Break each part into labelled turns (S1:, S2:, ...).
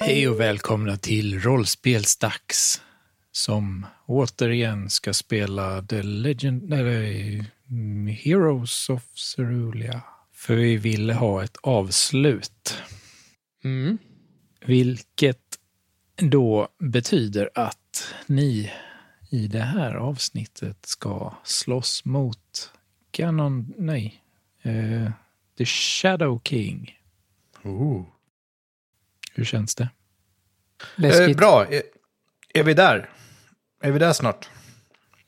S1: Hej och välkomna till Rollspelsdags som återigen ska spela The Legend... Eller, mm, Heroes of Cerulia. För vi ville ha ett avslut.
S2: Mm.
S1: Vilket då betyder att ni i det här avsnittet ska slåss mot Ganon... Nej. Eh, The Shadow King.
S3: Ooh.
S1: Hur känns det?
S3: Eh,
S2: Läskigt.
S3: bra, Eh, är vi där? Är vi där snart?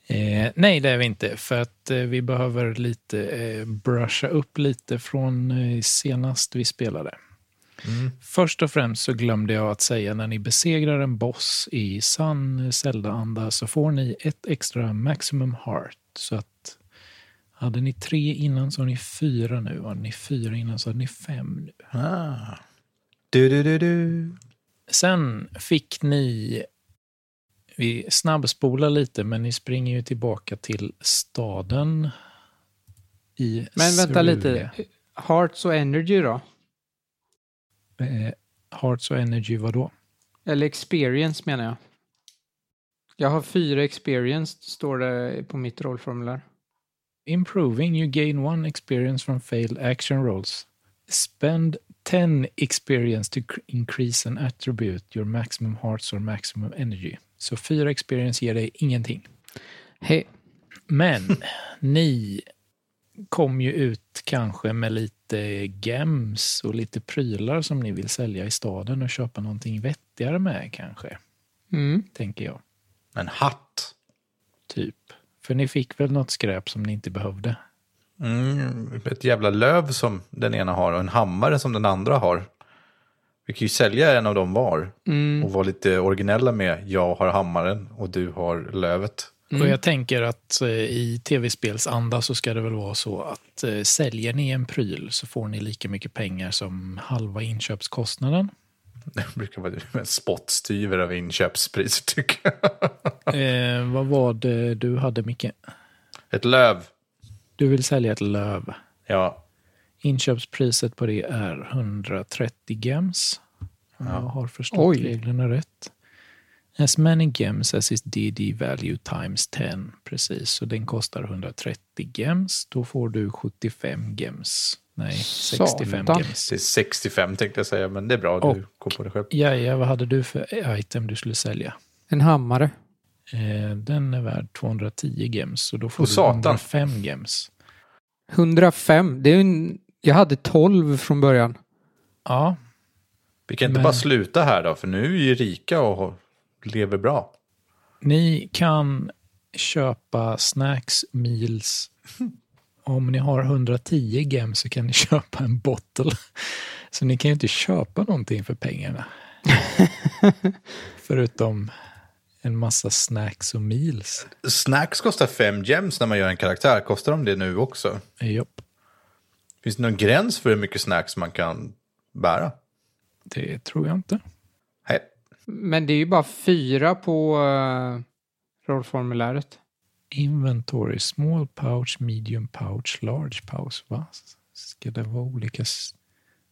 S1: Eh, nej, det är vi inte. För att eh, vi behöver lite eh, brusha upp lite från eh, senast vi spelade. Först och främst så glömde jag att säga när ni besegrar en boss i sann Zelda-anda så får ni ett extra maximum heart. Så att hade ni tre innan så har ni fyra nu. Hade ni fyra innan så hade ni fem nu.
S3: Ah. Du, du, du, du.
S1: Sen fick ni... Vi snabbspolar lite, men ni springer ju tillbaka till staden i
S2: Men vänta lite.
S1: Cerulia.
S2: Hearts och Energy då?
S1: Eh, Hearts och Energy, vadå?
S2: Eller experience menar jag. Jag har fyra experience, står det på mitt rollformulär.
S1: Improving, you gain one experience from failed action rolls. Spend 10 experience to cr- increase an attribute, your maximum hearts or maximum energy. Så fyra experience ger dig ingenting.
S2: Hej.
S1: Men ni kom ju ut kanske med lite gems och lite prylar som ni vill sälja i staden och köpa någonting vettigare med kanske,
S2: Mm.
S1: tänker jag.
S3: En hatt.
S1: Typ. För ni fick väl något skräp som ni inte behövde?
S3: Mm. Ett jävla löv som den ena har och en hammare som den andra har. Vi kan ju sälja en av dem var
S2: Mm.
S3: och vara lite originella med jag har hammaren och du har lövet.
S1: Och jag tänker att eh, i tv-spelsanda så ska det väl vara så att eh, säljer ni en pryl så får ni lika mycket pengar som halva inköpskostnaden.
S3: Det brukar vara en spottstyver av inköpspriser tycker jag.
S1: Eh, vad var det du hade, Micke?
S3: Ett löv.
S1: Du vill sälja ett löv.
S3: Ja,
S1: Inköpspriset på det är 130 gems. Om Jag har förstått
S2: Oj.
S1: reglerna rätt. As many gems as is DD value times 10. Precis, så den kostar 130 gems. Då får du 75 gems. Nej, 65
S2: Satan.
S1: gems.
S3: det är 65 tänkte jag säga men det är bra
S1: Och-
S3: du kom på det själv.
S1: Jaja, vad hade du för item du skulle sälja?
S2: En hammare.
S1: Eh, den är värd 210 gems, så då får
S3: Åh,
S1: du
S3: satan.
S1: 105 gems.
S2: 105. Det är ju en... Jag hade 12 från början.
S1: Ja,
S3: Vi kan inte
S1: Men-
S3: bara sluta här då, för nu är vi ju rika och har- lever bra.
S1: Ni kan köpa snacks, meals. Om ni har 110 gem så kan ni köpa en bottle. Så ni kan ju inte köpa någonting för pengarna. Förutom en massa snacks och meals.
S3: Snacks kostar fem gems när man gör en karaktär. Kostar de det nu också?
S1: Jopp,
S3: Finns det någon gräns för hur mycket snacks man kan bära?
S1: det tror jag inte.
S3: Nej.
S2: Men det är ju bara fyra på eh, rollformuläret.
S1: Inventory, small pouch, medium pouch, large pouch. Va? Ska det vara olika? s-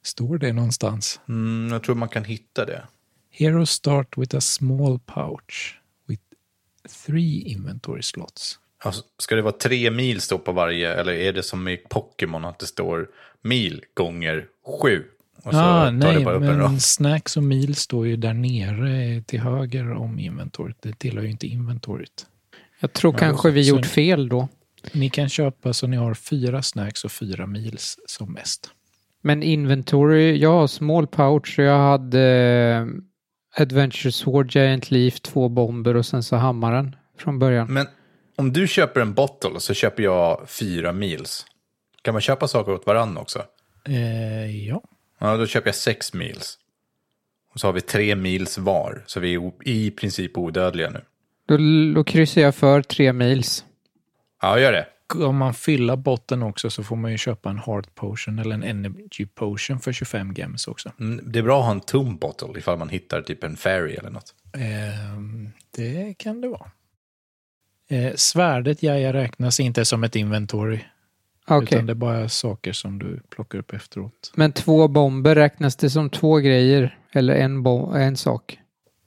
S1: Står det någonstans?
S3: Mm, jag tror man kan hitta det.
S1: Heroes start with a small pouch with three inventory slots.
S3: Alltså, ska det vara tre mil stå på varje, eller är det som i Pokémon att det står mil gånger sju? Och så
S1: Ja,
S3: tar det
S1: Ah, nej,
S3: bara upp en
S1: men
S3: rad.
S1: snacks och meal står ju där nere till höger om inventoriet. Det tillhör ju inte inventoriet.
S2: Jag tror
S3: Ja,
S2: kanske vi
S1: så-
S2: gjort fel då.
S1: Ni kan köpa så ni har fyra snacks och fyra meals som mest.
S2: Men inventory, jag har small pouch och jag hade eh, Adventure Sword, Giant Leaf, två bomber och sen så hammaren från början.
S3: Men om du köper en bottle så köper jag fyra meals. Kan man köpa saker åt varandra också?
S1: Eh, ja.
S3: Ja, då köper jag sex meals. Och så har vi tre meals var, så vi är o- i princip odödliga nu.
S2: Då, då kryssar jag för tre mils.
S3: Ja, gör det.
S1: Om man fyller botten också så får man ju köpa en heart potion eller en energy potion för 25 gems också.
S3: Mm, Det är bra att ha en tom bottle ifall man hittar typ en fairy eller något.
S1: Ehm, det kan det vara. Eh, svärdet ja, jag räknas inte som ett inventory.
S2: Ah, Okej.
S1: Utan det är bara saker som du plockar upp efteråt.
S2: Men två bomber, räknas det som två grejer? Eller en, bom- en sak?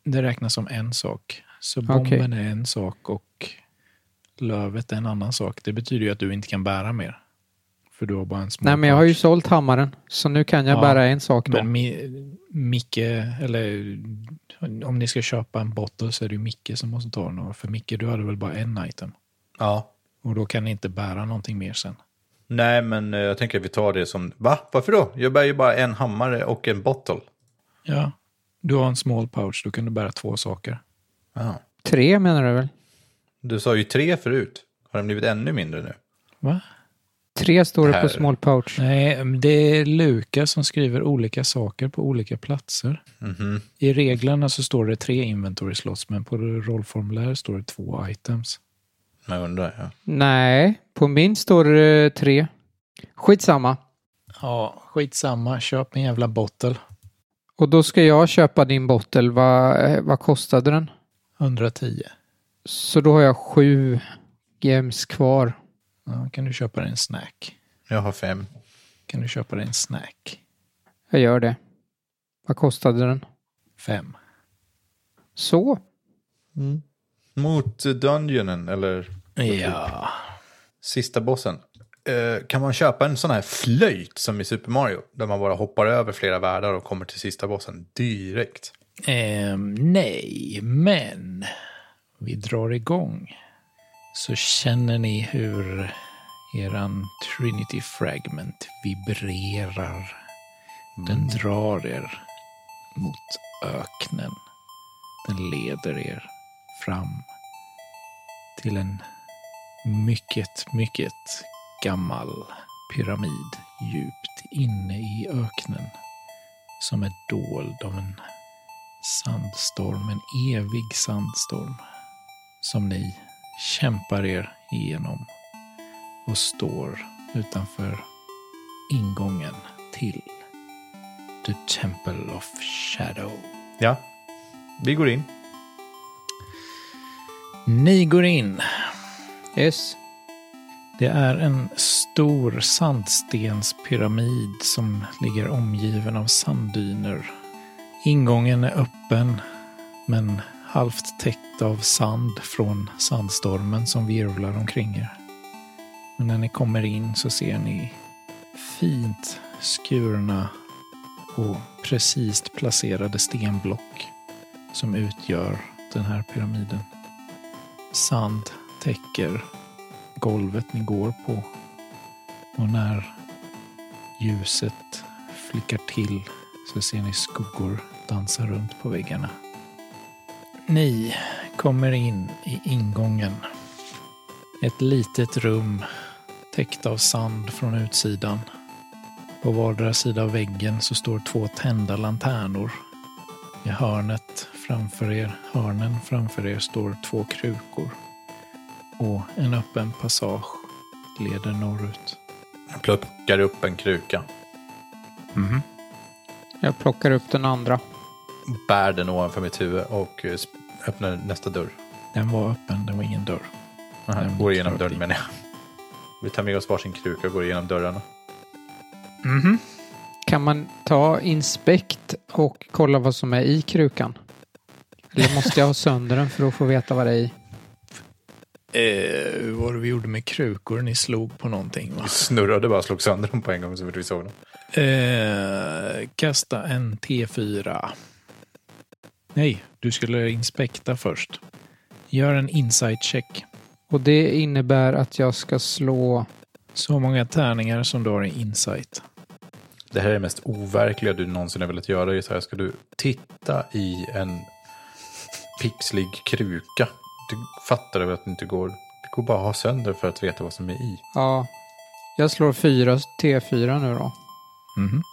S1: Det räknas som en sak. Så
S2: Okej.
S1: bomben är en sak och lövet är en annan sak. Det betyder ju att du inte kan bära mer. För du har bara en små
S2: Nej, men jag har ju
S1: pouch.
S2: sålt hammaren. Så nu kan jag
S1: Ja,
S2: bära en sak då.
S1: Men Mi- Micke, eller om ni ska köpa en bottle så är det ju Micke som måste ta den. För Micke, du hade väl bara en item?
S3: Ja.
S1: Och då kan ni inte bära någonting mer sen.
S3: Nej, men eh, jag tänker att vi tar det som... Va? Varför då? Jag bär ju bara en hammare och en bottle.
S1: Ja. Du har en small pouch, då kan du bära två saker.
S3: Ja.
S2: Tre menar du väl?
S3: Du sa ju tre förut. Har den blivit ännu mindre nu?
S1: Va?
S2: Tre står det
S3: Här.
S2: på small pouch.
S1: Nej, det är Lukas som skriver olika saker på olika platser.
S3: Mhm.
S1: I reglerna så står det tre inventory slots, men på rollformulär står det två items.
S3: Jag undrar. Ja.
S2: Nej, på min står det tre. Skitsamma.
S1: Ja, skitsamma. Köp en jävla bottle.
S2: Och då ska jag köpa din bottel. Vad, eh, vad kostade den?
S1: 110.
S2: Så då har jag sju gems kvar.
S1: Ja, kan du köpa dig en snack?
S3: Jag har fem.
S1: Kan du köpa dig en snack?
S2: Jag gör det. Vad kostade den?
S1: Fem.
S2: Så.
S3: Mm. Mot eh, dungeonen, eller
S1: Ja.
S3: sista bossen. Eh, kan man köpa en sån här flöjt som i Super Mario? Där man bara hoppar över flera världar och kommer till sista bossen direkt.
S1: Ehm, nej, men vi drar igång. Så känner ni hur eran Trinity Fragment vibrerar.
S3: Mm.
S1: Den drar er mot öknen. Den leder er fram till en mycket, mycket gammal pyramid djupt inne i öknen som är dold av en sandstorm, en evig sandstorm som ni kämpar er igenom och står utanför ingången till The Temple of Shadow.
S3: Ja, vi går in.
S1: Ni går in.
S2: Yes.
S1: Det är en stor sandstenspyramid som ligger omgiven av sanddyner. Ingången är öppen men halvt täckt av sand från sandstormen som virvlar omkring er. Men när ni kommer in så ser ni fint skurna och precis placerade stenblock som utgör den här pyramiden. Sand täcker golvet ni går på. Och när ljuset flickar till så ser ni skuggor dansa runt på väggarna. Ni kommer in i ingången. Ett litet rum täckt av sand från utsidan. På vardera sida av väggen så står två tända lanternor. I hörnet framför er, hörnen framför er står två krukor och en öppen passage leder norrut.
S3: Jag plockar upp en kruka.
S2: Jag plockar upp den andra.
S3: Bär den ovanför mitt huvud och eh, sp- öppnar nästa dörr.
S1: Den var öppen, det var ingen dörr.
S3: Aha,
S1: Mm,
S3: går igenom
S1: klart det.
S3: dörren menar jag. Vi tar med oss varsin kruka och går igenom dörrarna.
S2: Kan man ta inspekt och kolla vad som är i krukan? Eller måste jag ha sönder den för att få veta vad det är i?
S1: Eh, hur var det vi gjorde med krukor? Ni slog på någonting va?
S3: Vi snurrade bara och slog sönder dem på en gång så fort vi såg dem.
S1: Eh, kasta en T4. Nej, du skulle inspekta först. Gör en insight check.
S2: Och det innebär att jag ska slå...
S1: Så många tärningar som du har i insight.
S3: Det här är det mest overkliga du någonsin har velat göra. Det är Så här, ska du titta i en pixlig kruka? Du fattar väl att det inte går. Det går bara att ha sönder för att veta vad som är i.
S2: Ja, jag slår fyra T4 nu då.
S1: Mhm.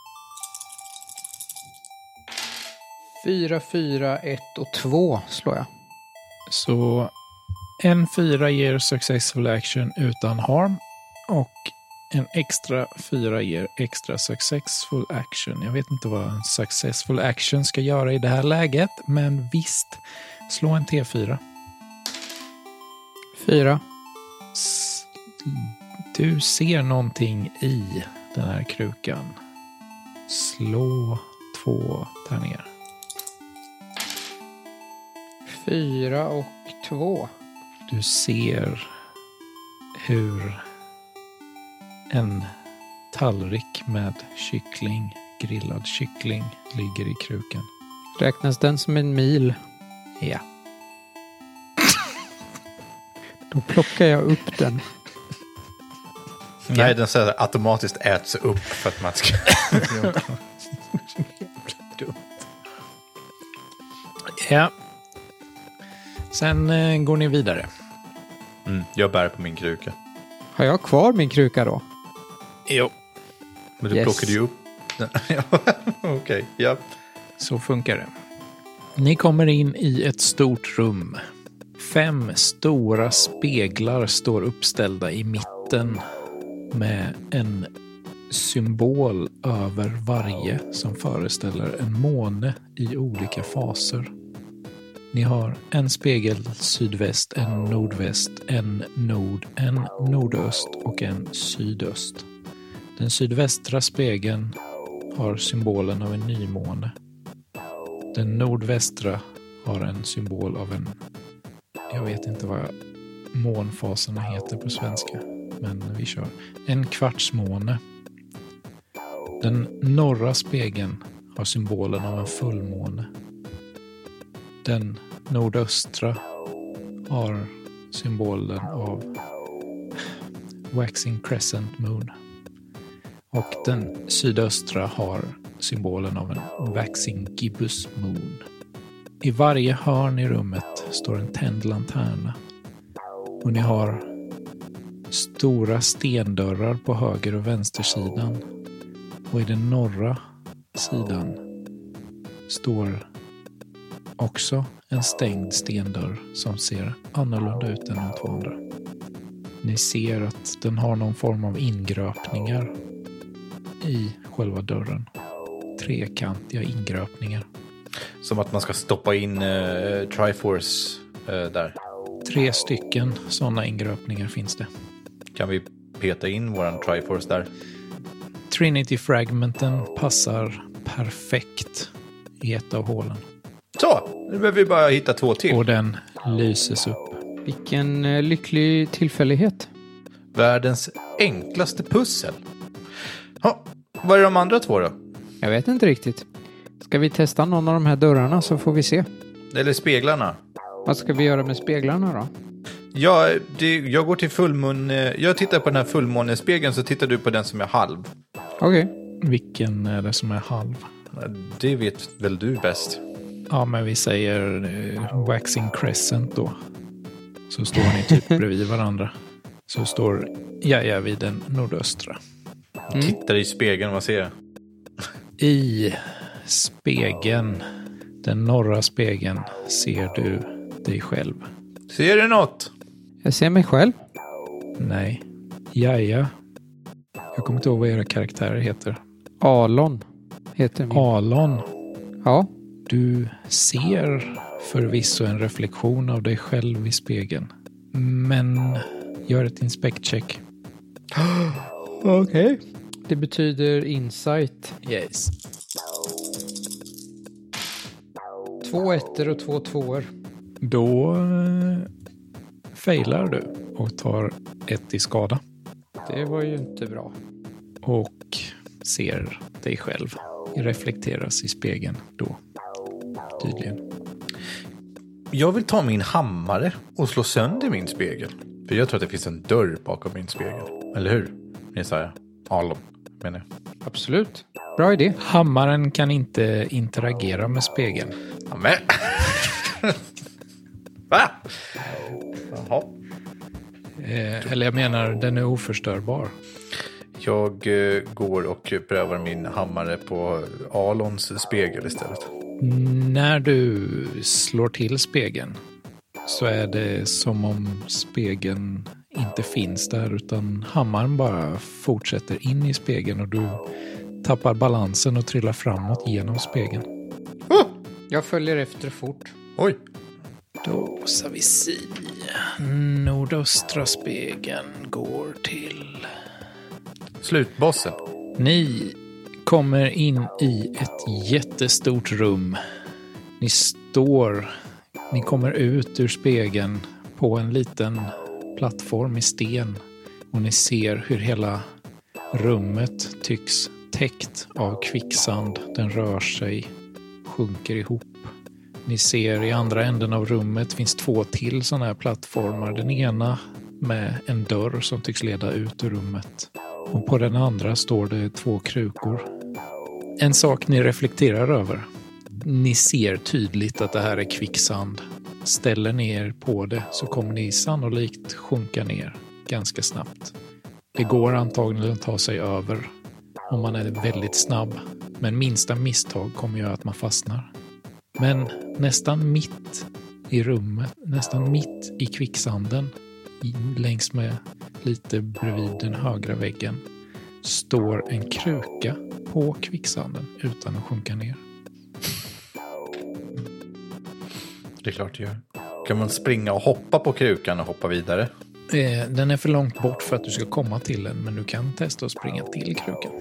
S2: fyra fyra ett och två slår jag.
S1: Så en fyra ger successful action utan harm och en extra fyra ger extra successful action. Jag vet inte vad en successful action ska göra i det här läget, men visst, slå en T4.
S2: fyra
S1: S- Du ser någonting i den här krukan. Slå två tärningar.
S2: fyra och två
S1: Du ser hur en tallrik med kyckling, grillad kyckling, ligger i krukan.
S2: Räknas den som en mil?
S1: Ja.
S2: Då plockar jag upp den.
S3: Nej, den så här automatiskt äts upp för att man ska...
S1: ja. Sen eh, går ni vidare.
S3: mm, jag bär på min kruka.
S2: Har jag kvar min kruka då?
S1: Jo.
S3: Men du
S2: Yes.
S3: plockade ju upp den. Ja, Okej, ja.
S1: Så funkar det. Ni kommer in i ett stort rum. Fem stora speglar står uppställda i mitten med en symbol över varje som föreställer en måne i olika faser. Ni har en spegel sydväst, en nordväst, en nord, en nordöst och en sydöst. Den sydvästra spegeln har symbolen av en nymåne. Den nordvästra har en symbol av en... Jag vet inte vad månfaserna heter på svenska, men vi kör. En kvartsmåne. Den norra spegeln har symbolen av en fullmåne. Den nordöstra har symbolen av Waxing Crescent Moon. Och den sydöstra har symbolen av en waxing gibbous moon. I varje hörn i rummet står en tänd lanterna. Och ni har stora stendörrar på höger och vänstersidan. Och i den norra sidan står också en stängd stendörr som ser annorlunda ut än de två andra. Ni ser att den har någon form av ingröpningar i själva dörren. Trekantiga ingröpningar.
S3: Som att man ska stoppa in eh, Triforce eh, där.
S1: Tre stycken sådana ingröpningar finns det.
S3: Kan vi peta in våran Triforce där?
S1: Trinity-fragmenten passar perfekt i ett av hålen.
S3: Så, nu behöver vi bara hitta två till.
S1: Och den lyses upp.
S2: Vilken eh, lycklig tillfällighet.
S3: Världens enklaste pussel. Ja, vad är de andra två då?
S2: Jag vet inte riktigt. Ska vi testa någon av de här dörrarna så får vi se.
S3: Eller speglarna?
S2: Vad ska vi göra med speglarna då?
S3: Ja, det, jag går till fullmåne... Jag tittar på den här fullmånespegeln så tittar du på den som är halv.
S2: Okej.
S1: Vilken är det som är halv?
S3: Det vet väl du bäst?
S1: Ja, men vi säger eh, Waxing Crescent då. Så står ni typ bredvid varandra. Så står Jaja vid den nordöstra.
S3: Tittar i spegeln, vad ser jag?
S1: I spegeln, den norra spegeln, ser du dig själv.
S3: Ser du något?
S2: Jag ser mig själv.
S1: Nej. Jaja. Jag kommer inte ihåg vad era karaktärer heter.
S2: Alon heter min.
S1: Alon,
S2: Ja.
S1: du ser förvisso en reflektion av dig själv i spegeln. Men gör ett inspektcheck.
S2: Okej. Det betyder insight.
S1: Yes.
S2: Två ettor och två tvåor.
S1: Då eh, failar du och tar ett i skada
S2: Det var ju inte bra.
S1: och ser dig själv reflekteras i spegeln då. Tydligen.
S3: Jag vill ta min hammare och slå sönder min spegel. För jag tror att det finns en dörr bakom min spegel. Eller hur? Jesaja. Alon, menar jag.
S2: Absolut. Bra idé.
S1: Hammaren kan inte interagera med spegeln.
S3: Amen. Va? Jaha.
S1: Eh, eller jag menar, den är oförstörbar.
S3: Jag eh, går och prövar min hammare på Alons spegel istället.
S1: När du slår till spegeln så är det som om spegeln inte finns där utan hammaren bara fortsätter in i spegeln och du tappar balansen och trillar framåt genom spegeln.
S2: Jag följer efter fort.
S3: Oh! Oj!
S1: Då ska vi se. Nordöstra spegeln går till...
S3: Slutbossen.
S1: Ni kommer in i ett jättestort rum. Ni står, ni kommer ut ur spegeln på en liten plattform i sten och ni ser hur hela rummet tycks täckt av kvicksand. Den rör sig, sjunker ihop. Ni ser i andra änden av rummet finns två till sådana här plattformar. Den ena med en dörr som tycks leda ut ur rummet. Och på den andra står det två krukor. En sak ni reflekterar över. Ni ser tydligt att det här är kvicksand. Ställer ni er på det så kommer ni sannolikt sjunka ner ganska snabbt. Det går antagligen att ta sig över om man är väldigt snabb. Men minsta misstag kommer göra att man fastnar. Men nästan mitt i rummet, nästan mitt i kvicksanden, i- längs med lite bredvid den högra väggen, står en kruka på kvicksanden utan att sjunka ner.
S3: Det är klart det gör. Kan man springa och hoppa på krukan och hoppa vidare?
S1: Eh, Den är för långt bort för att du ska komma till den, men du kan testa att springa till krukan.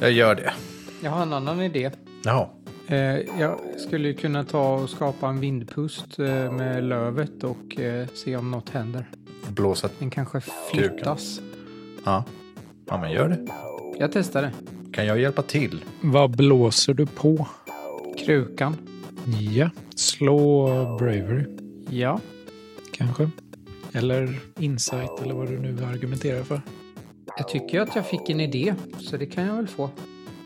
S3: Jag gör det.
S2: Jag har en annan idé.
S3: Jaha.
S2: Eh, jag skulle ju kunna ta och skapa en vindpust eh, med lövet och eh, se om något händer.
S3: Blåsa.
S2: Den kanske flyttas.
S3: Ja. Ja, men gör det.
S2: Jag testar det.
S3: Kan jag hjälpa till?
S1: Vad blåser du på?
S2: Krukan.
S1: Ja, slå bravery
S2: Ja.
S1: kanske. Eller insight eller vad du nu argumenterar för.
S2: Jag tycker ju att jag fick en idé, så det kan jag väl få.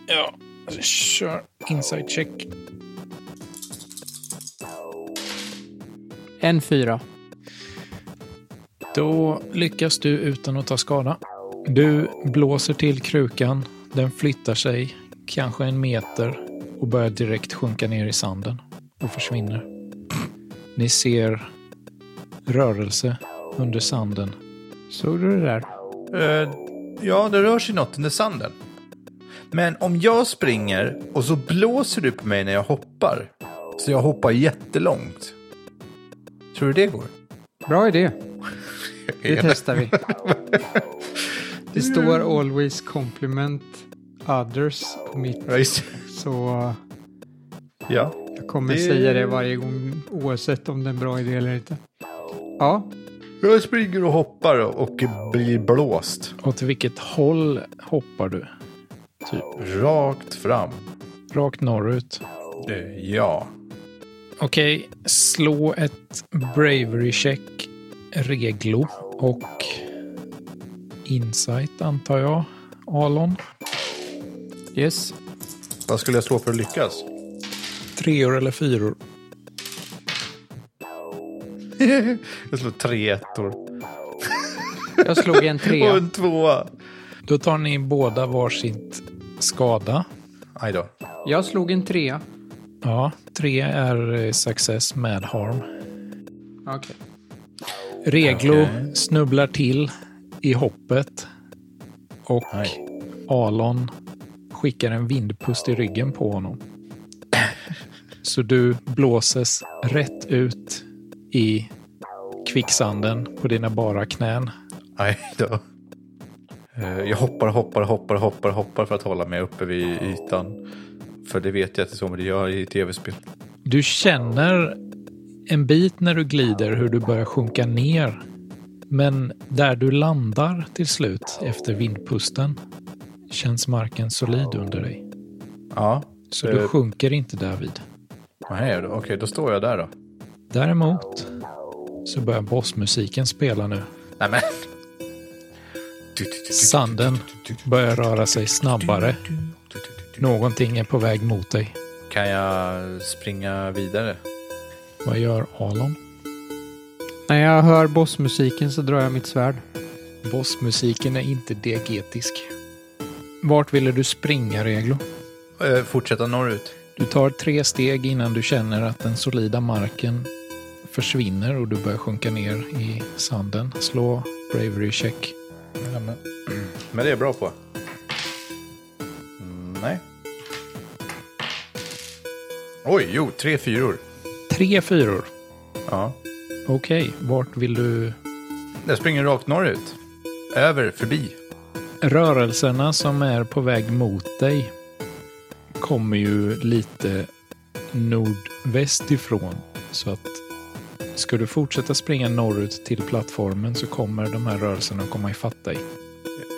S1: Ja, kör insight check.
S2: En fyra.
S1: Då lyckas du utan att ta skada. Du blåser till krukan. Den flyttar sig kanske en meter och börjar direkt sjunka ner i sanden och försvinner. Ni ser rörelse under sanden.
S2: Såg du det där?
S3: Eh, ja, det rör sig något under sanden. Men om jag springer och så blåser du på mig när jag hoppar. Så jag hoppar jättelångt. Tror du det går?
S2: Bra idé. Det testar vi. Det står always compliment others på mitt,
S3: Ja, just det.
S2: så
S3: Ja.
S2: jag kommer
S3: Det-
S2: säga det varje gång oavsett om det är en bra idé eller inte. Ja,
S3: Jag springer och hoppar och blir blåst.
S1: Åt vilket håll hoppar du?
S3: Rakt fram.
S1: Rakt norrut?
S3: Eh, ja.
S1: Okej, slå ett bravery check reglo och insight antar jag. Alon.
S2: yes.
S3: Vad skulle jag slå för att lyckas?
S1: Treor eller fyror?
S3: jag slår tre ettor.
S2: Jag slog en
S3: Och
S2: trea.
S3: en tvåa.
S1: Då tar ni båda varsitt skada.
S3: Aj då.
S2: Jag slog en trea.
S1: Ja, tre är eh, success med harm.
S2: Okej.
S1: Reglo
S3: Okej.
S1: snubblar till i hoppet och
S3: Aj.
S1: Alon skickar en vindpust i ryggen på honom. Så du blåses rätt ut i kvicksanden på dina bara knän.
S3: Aj då. Eh, Jag hoppar, hoppar, hoppar, hoppar, hoppar för att hålla mig uppe vid ytan. För det vet jag att det är så man gör i tv-spel.
S1: Du känner en bit när du glider hur du börjar sjunka ner Men där du landar till slut efter vindpusten känns marken solid under dig.
S3: Ja.
S1: Så
S3: Eh.
S1: du sjunker inte därvid.
S3: Nej, då- Okej, då står jag där då.
S1: Däremot så börjar bossmusiken spela nu.
S3: Nej men.
S1: Sanden börjar röra sig snabbare. Någonting är på väg mot dig.
S3: Kan jag springa vidare?
S1: Vad gör Alon?
S2: När jag hör bossmusiken så drar jag mitt svärd.
S1: Bossmusiken är inte diegetisk. Vart ville du springa, Reglo?
S3: Eh, fortsätta norrut.
S1: Du tar tre steg innan du känner att den solida marken försvinner och du börjar sjunka ner i sanden. Slå bravery check.
S3: Ja, men. men det är jag bra på. Mm, nej. Oj, jo, tre fyror.
S1: Tre fyror.
S3: Ja.
S1: Okej, vart vill du...
S3: Jag springer rakt norrut. Över, förbi.
S1: Rörelserna som är på väg mot dig kommer ju lite nordväst ifrån. Så att ska du fortsätta springa norrut till plattformen så kommer de här rörelserna komma ifatt dig.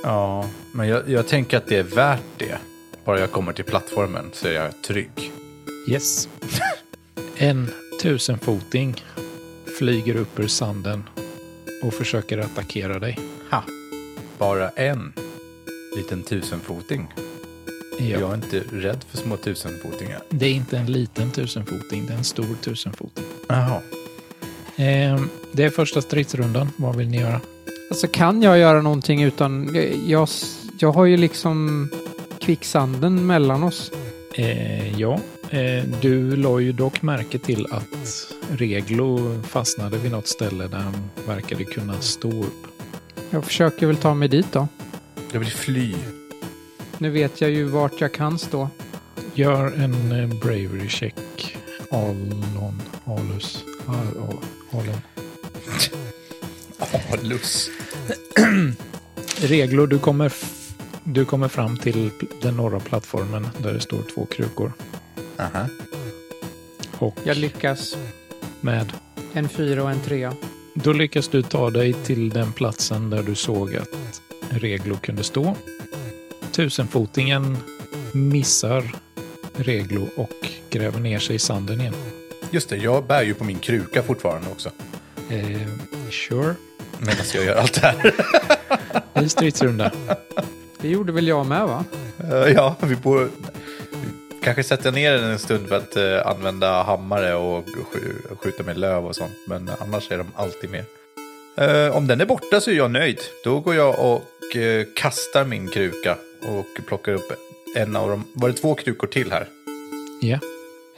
S3: Ja, men jag, jag tänker att det är värt det. Bara jag kommer till plattformen så är jag trygg.
S1: Yes. en tusenfoting flyger upp ur sanden och försöker attackera dig.
S3: Ha! Bara en liten tusenfoting.
S1: Ja.
S3: Jag är inte rädd för små tusenfotingar.
S1: Det är inte en liten tusenfoting, det är en stor tusenfoting.
S3: Jaha.
S1: Ehm, det är första stridsrundan. Vad vill ni göra?
S2: Alltså kan jag göra någonting utan... Jag, jag, jag har ju liksom kvicksanden mellan oss.
S1: Eh, ja, eh, du la ju dock märke till att Reglo fastnade vid något ställe där han verkade kunna stå upp.
S2: Jag försöker väl ta mig dit då.
S3: Jag vill fly.
S2: Nu vet jag ju vart jag kan stå.
S1: Gör en eh, bravery check. Alon, Alus, Al- Al- Alon.
S3: Alus.
S1: Reglo, du kommer, f- du kommer fram till pl- den norra plattformen där det står två krukor.
S3: Aha.
S1: Och
S2: Jag lyckas.
S1: med.
S2: En fyra och en trea.
S1: Då lyckas du ta dig till den platsen där du såg att Reglo kunde stå. Tusenfotingen missar Reglo och gräver ner sig i sanden igen.
S3: Just det, jag bär ju på min kruka fortfarande också.
S1: Eh, sure.
S3: Medan jag gör allt det här.
S1: Ny stridsrunda.
S2: Det gjorde väl jag med va?
S3: Eh, ja, vi borde... Kanske sätta ner den en stund för att eh, använda hammare och sk- skjuta med löv och sånt. Men annars är de alltid med. Eh, om den är borta så är jag nöjd. Då går jag och eh, kastar min kruka och plockar upp en av dem. Var det två krukor till här?
S1: Ja.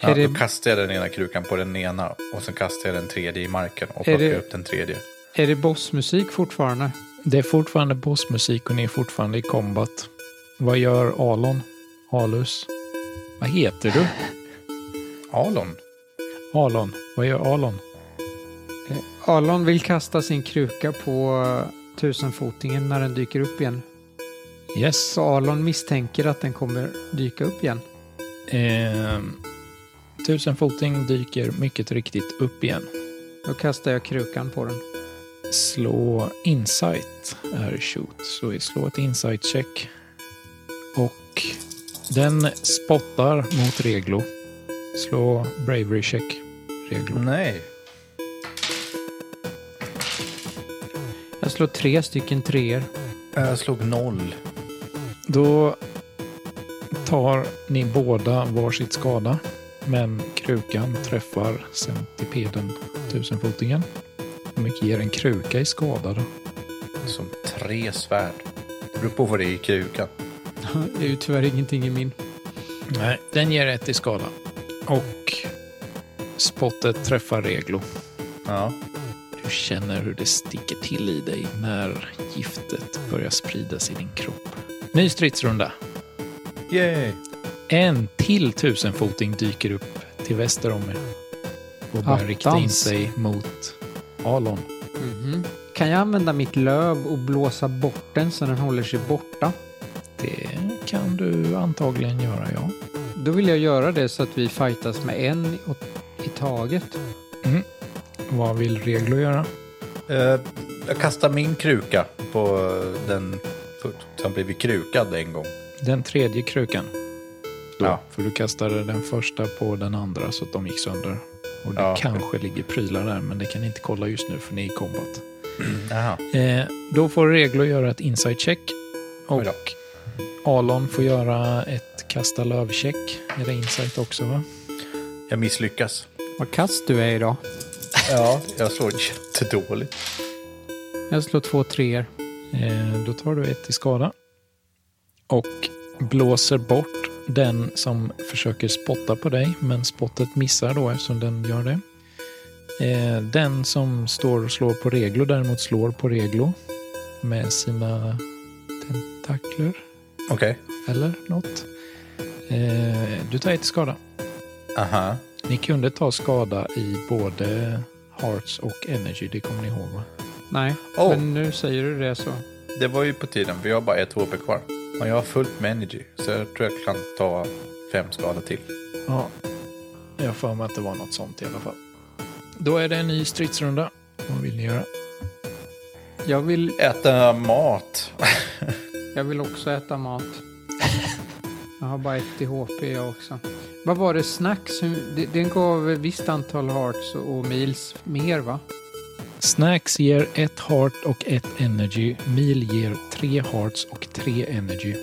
S3: Ja,
S2: Är
S3: då
S2: det-
S3: kastar jag den ena krukan på den ena och sen kastar jag den tredje i marken och
S2: Är
S3: plockar
S2: det-
S3: upp den tredje.
S2: Är det bossmusik fortfarande?
S1: Det är fortfarande bossmusik och ni är fortfarande i combat. Vad gör Alon? Alus? Vad heter du?
S3: Alon?
S1: Alon. Vad gör Alon?
S2: Alon vill kasta sin kruka på eh, tusenfotingen när den dyker upp igen.
S1: Yes.
S2: Så Alon misstänker att den kommer dyka upp igen.
S1: Ehm, tusenfoting dyker mycket riktigt upp igen.
S2: Då kastar jag krukan på den.
S1: Slå insight är shoot. Så vi slår ett insight check. Och den spottar mot Reglo. Slå bravery check. Reglo.
S3: Nej.
S2: Jag slår tre stycken treor.
S3: Jag slog noll.
S1: Då tar ni båda varsitt skada. Men krukan träffar centipeden, tusenfotingen. Hur mycket ger en kruka i skada då?
S3: Som tre svärd. Det beror på vad det är i krukan.
S2: Det är ju tyvärr ingenting i min.
S1: Nej, den ger ett i skada. Och spottet träffar Reglo.
S3: Ja.
S1: Du känner hur det sticker till i dig när giftet börjar spridas i din kropp. Ny stridsrunda.
S3: Yay!
S1: En till tusenfoting dyker upp till väster om er och börjar
S2: Attans.
S1: rikta in sig mot Alon.
S2: Mhm. Kan jag använda mitt löv och blåsa bort den så den håller sig borta?
S1: Det kan du antagligen göra, ja.
S2: Då vill jag göra det så att vi fightas med en i, åt- i taget.
S1: Vad vill Reglo göra?
S3: Eh, jag kastar min kruka på eh, den som blivit krukad en gång.
S1: Den tredje krukan. Då,
S3: Ja.
S1: För du kastade den första på den andra så att de gick sönder. Och det
S3: Ja.
S1: kanske ligger prylar där, men det kan ni inte kolla just nu för ni är i combat.
S3: Jaha.
S1: Eh, då får Reglo göra ett insight check. Och
S3: Oj då.
S1: Alon får göra ett kasta lövcheck. Är det insight också va?
S3: Jag misslyckas.
S2: Vad kast du är idag.
S3: Ja, jag slår jättedåligt.
S2: Jag slår två treor.
S1: Eh, då tar du ett i skada. Och blåser bort den som försöker spotta på dig, men spottet missar då eftersom den gör det. Eh, den som står och slår på Reglo däremot slår på Reglo med sina tentakler
S3: Okej.
S1: eller något. Eh, du tar ett i skada.
S3: Aha.
S1: Ni kunde ta skada i både Hearts och Energy, det kommer ni ihåg va?
S2: Nej,
S3: Oh.
S2: men nu säger du det så.
S3: Det var ju på tiden, för jag har bara ett HP kvar. Och jag har fullt med energy, så jag tror jag kan ta fem skada till.
S1: Ja, jag har för mig att det var något sånt i alla fall. Då är det en ny stridsrunda. Vad vill ni göra?
S2: Jag vill,
S3: Äta mat.
S2: jag vill också äta mat. jag har bara ett i HP jag också. Vad var det snacks? Hur- det- Den gav ett visst antal hearts och meals mer va?
S1: Snacks ger ett heart och ett energy. Mil ger tre hearts och tre energy.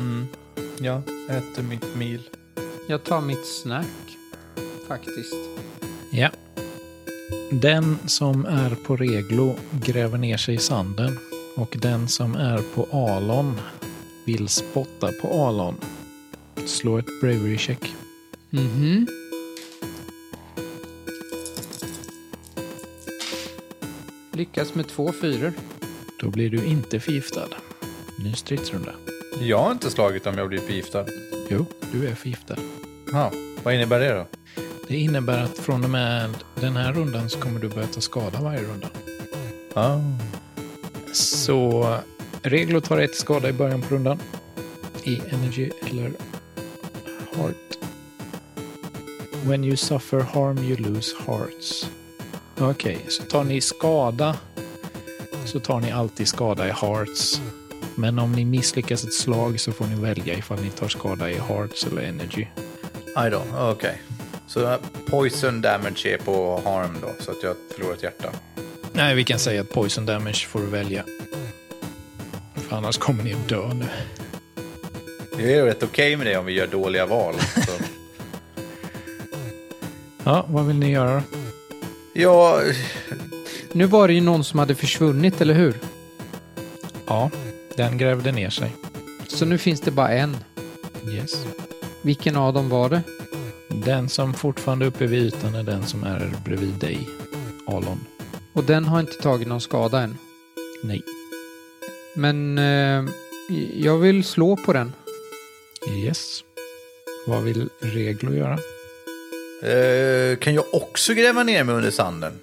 S3: Mm. Ja, jag äter mitt mil.
S2: Jag tar mitt snack. Faktiskt.
S1: Ja. Den som är på Reglo gräver ner sig i sanden och den som är på Alon vill spotta på Alon. Slå ett bravery check.
S2: Mhm. Lyckas med två fyror.
S1: Då blir du inte förgiftad. Ny stridsrunda.
S3: Jag har inte slagit om jag blir förgiftad.
S1: Jo, du är förgiftad.
S3: Ja, vad innebär det då?
S1: Det innebär att från och med den här rundan så kommer du börja ta skada varje runda.
S3: Ah.
S1: Så Reglo tar ett skada i början på rundan. I Energy eller Heart. When you suffer harm you lose hearts. Okej, så tar ni skada så tar ni alltid skada i hearts. Men om ni misslyckas ett slag så får ni välja ifall ni tar skada i hearts eller energy.
S3: I don't, okej. Så uh, poison damage är på harm då, så att jag förlorar ett hjärta.
S1: Nej, vi kan säga att poison damage får du välja. För annars kommer ni att dö nu.
S3: Jag är ju rätt okej med det om vi gör dåliga val. Så.
S1: Ja, vad vill ni göra då?
S3: ja,
S2: Nu var det ju någon som hade försvunnit, eller hur?
S1: Ja, den grävde ner sig.
S2: Så nu finns det bara en.
S1: Yes.
S2: Vilken av dem var det?
S1: Den som fortfarande är uppe vid ytan är den som är bredvid dig, Alon.
S2: Och den har inte tagit någon skada än.
S1: Nej.
S2: Men eh, jag vill slå på den.
S1: Yes. Vad vill Reglo göra?
S3: eh, kan jag också gräva ner mig under sanden?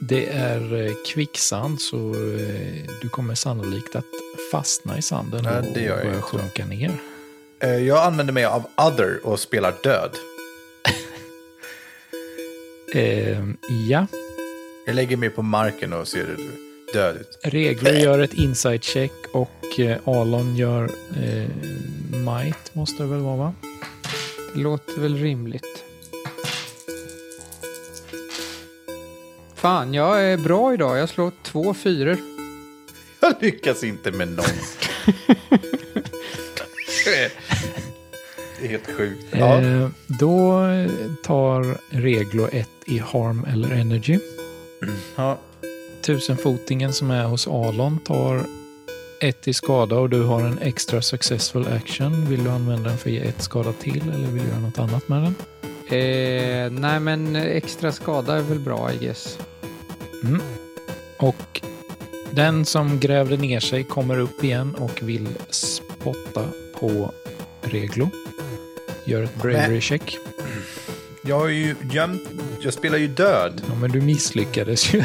S1: Det är eh, kvicksand, så eh, du kommer sannolikt att fastna i sanden
S3: Ja,
S1: och
S3: det gör jag
S1: börja
S3: ju, tror jag.
S1: sjunka ner.
S3: Eh, jag använder mig av other och spelar död.
S1: Ehm, ja.
S3: Jag lägger mig på marken och ser död ut.
S1: Regler gör ett insight check och eh, Alon gör eh, might, måste det väl vara va?
S2: Det låter väl rimligt. Fan, jag är bra idag. Jag slår två fyror.
S3: Jag lyckas inte med någon. det är helt sjukt. Ja.
S1: Eh, då tar Reglo ett i harm eller energy.
S3: Ja.
S1: Tusenfotingen som är hos Alon tar ett i skada och du har en extra successful action. Vill du använda den för att ge ett skada till eller vill du göra något annat med den?
S2: Eh, nej, men extra skada är väl bra, I guess.
S1: Och den som grävde ner sig kommer upp igen och vill spotta på Reglo. Gör ett bravery check.
S3: Jag har ju gömt... Jag spelar ju död.
S1: Ja, men du misslyckades ju.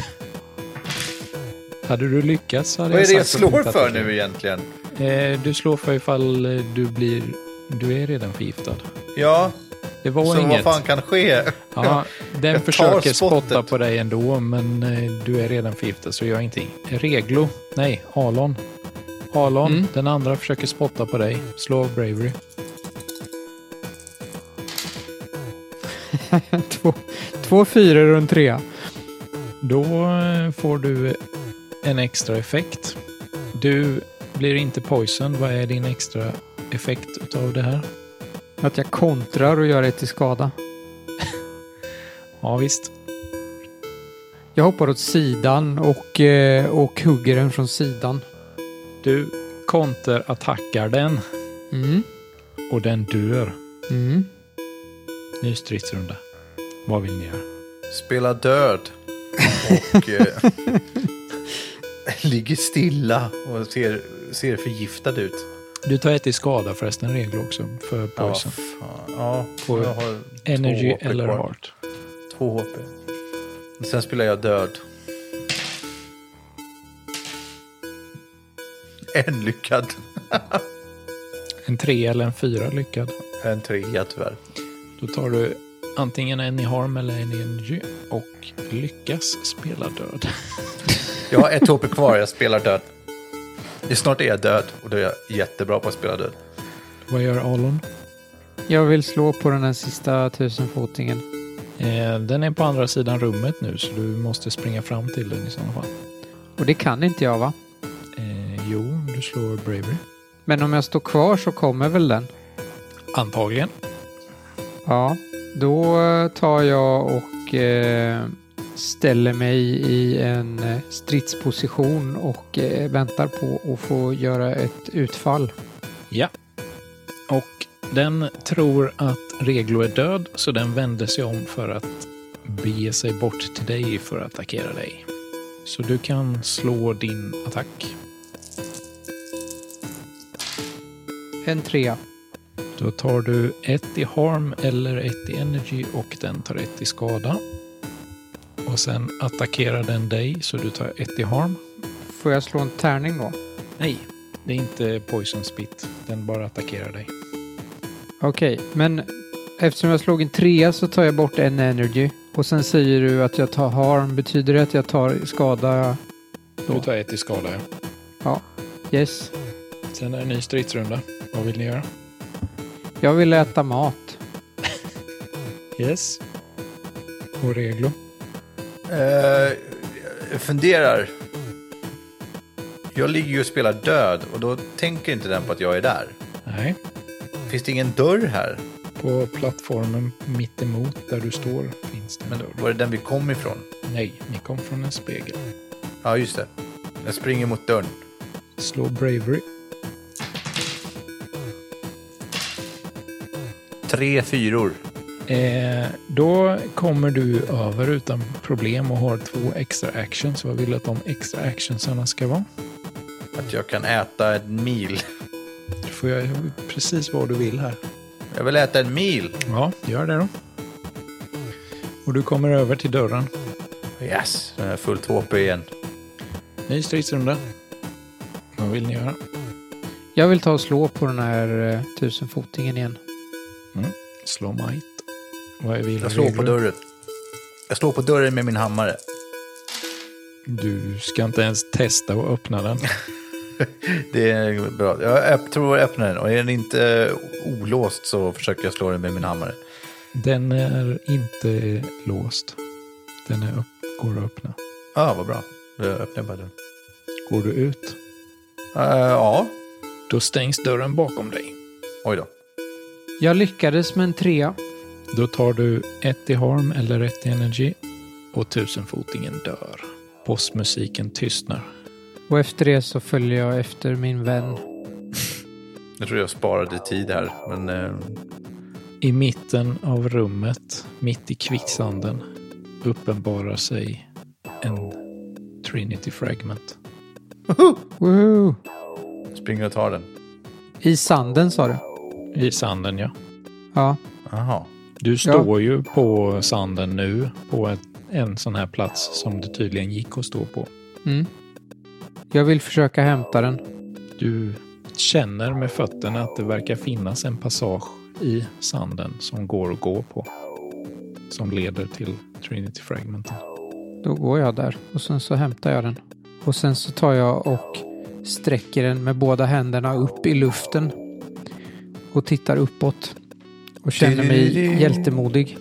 S1: Hade du lyckats hade
S3: Vad är det jag
S1: sagt att du
S3: slår
S1: inte
S3: för
S1: hade-
S3: nu egentligen?
S1: Eh, du slår för ifall eh, du blir... Du är redan förgiftad.
S3: Ja,
S1: Det var
S3: Så vad
S1: inget.
S3: fan kan ske?
S1: Ja, den
S3: Jag tar
S1: försöker spotta
S3: spottet.
S1: på dig ändå, men eh, du är redan förgiftad så gör ingenting. Reglo. Nej, Alon. Alon,
S2: Mm.
S1: den andra försöker spotta på dig. Slå Bravery.
S2: två, två fyror och en trea.
S1: Då eh, får du en extra effekt. Du blir inte poison. Vad är din extra effekt utav det här?
S2: Att jag kontrar och gör det till skada.
S1: Ja, visst.
S2: Jag hoppar åt sidan och, eh, och hugger den från sidan.
S1: Du konterattackar den
S2: Mm.
S1: och den dör.
S2: Mm.
S1: Ny stridsrunda. Vad vill ni göra?
S3: Spela död. Och eh, ligger stilla och ser, ser förgiftad ut.
S1: Du tar ett i skada förresten, regel också, för
S3: Ja,
S1: poison.
S3: fan. ja
S1: På
S3: jag har
S1: Energy
S3: två HP
S1: eller
S3: kvar.
S1: heart.
S3: Två HP. Och sen spelar jag död. En lyckad.
S1: En tre eller en fyra lyckad.
S3: En trea tyvärr.
S1: Då tar du antingen en i harm eller en i energy och lyckas spela död.
S3: Jag har ett HP kvar, jag spelar död. Ja, Snart är jag död och då är jag jättebra på att spela död.
S1: Vad gör Alon?
S2: Jag vill slå på den här sista tusenfotingen.
S1: Eh, den är på andra sidan rummet nu så du måste springa fram till den i sådana fall.
S2: Och det kan inte jag va?
S1: Eh, jo, du slår bravery.
S2: Men om jag står kvar så kommer väl den?
S1: Antagligen.
S2: Ja, då eh, tar jag och eh, ställer mig i en eh, stridsposition och eh, väntar på att få göra ett utfall.
S1: Ja. Och den tror att Reglo är död så den vänder sig om för att bege sig bort till dig för att attackera dig. Så du kan slå din attack.
S2: En trea.
S1: Då tar du ett i harm eller ett i energy och den tar ett i skada. Och sen attackerar den dig så du tar ett i harm.
S2: Får jag slå en tärning då?
S1: Nej, det är inte poison spit. Den bara attackerar dig.
S2: Okej, men eftersom jag slog en trea så tar jag bort en energy. Och sen säger du att jag tar harm. Betyder det att jag tar skada?
S1: Du tar ett i skada, ja.
S2: Yes.
S1: Sen är det en ny stridsrunda. Vad vill ni göra?
S2: Jag vill äta mat.
S1: Yes. Och reglo.
S3: Eh, jag funderar. Jag ligger ju och spelar död och då tänker inte den på att jag är där.
S1: Nej.
S3: Finns det ingen dörr här?
S1: På plattformen mitt emot där du står finns det en
S3: Men
S1: dörr.
S3: var det den vi kom ifrån?
S1: Nej, ni kom från en spegel.
S3: Ja, just det. Jag springer mot dörren.
S1: Slå bravery.
S3: Tre fyror.
S1: Eh, då kommer du över utan problem och har två extra actions. Vad vill du att de extra actionsarna ska vara?
S3: Att jag kan äta en mil.
S1: Du får göra precis vad du vill här.
S3: Jag vill äta en mil.
S1: Ja, gör det då. Och du kommer över till dörren.
S3: Yes, nu är jag fullt HP igen.
S1: Ny stridsrunda. Vad vill ni göra?
S2: Jag vill ta och slå på den här eh, tusenfotingen igen.
S1: Slå might. Vad är vi
S3: Jag slår på
S1: regler?
S3: dörren. Jag slår på dörren med min hammare.
S1: Du ska inte ens testa att öppna den.
S3: Det är bra. Jag öpp- tror jag öppnar den och är den inte eh, olåst så försöker jag slå den med min hammare.
S1: Den är inte låst. Den är upp, går att öppna.
S3: Ja, vad bra. Jag öppnar bara dörren.
S1: Går du ut,
S3: Eh, ja,
S1: då stängs dörren bakom dig.
S3: oj då.
S2: Jag lyckades med en trea.
S1: Då tar du ett i harm eller ett i energy och tusenfotingen dör. Bossmusiken tystnar.
S2: Och efter det så följer jag efter min vän.
S3: Jag tror jag sparade tid här, men eh,
S1: I mitten av rummet, mitt i kvicksanden, uppenbarar sig en Trinity Fragment.
S2: Woohoo!
S3: jag springer och tar den.
S2: I sanden sa du?
S1: I sanden, ja.
S2: Ja.
S3: Jaha.
S1: Du står ju på sanden nu, på ett, en sån här plats som det tydligen gick att stå på.
S2: Mm. Jag vill försöka hämta den.
S1: Du känner med fötterna att det verkar finnas en passage i sanden som går att gå på. Som leder till Trinity Fragment.
S2: Då går jag där och sen så hämtar jag den. Och sen så tar jag och sträcker den med båda händerna upp i luften. Och tittar uppåt. Och känner mig hjältemodig.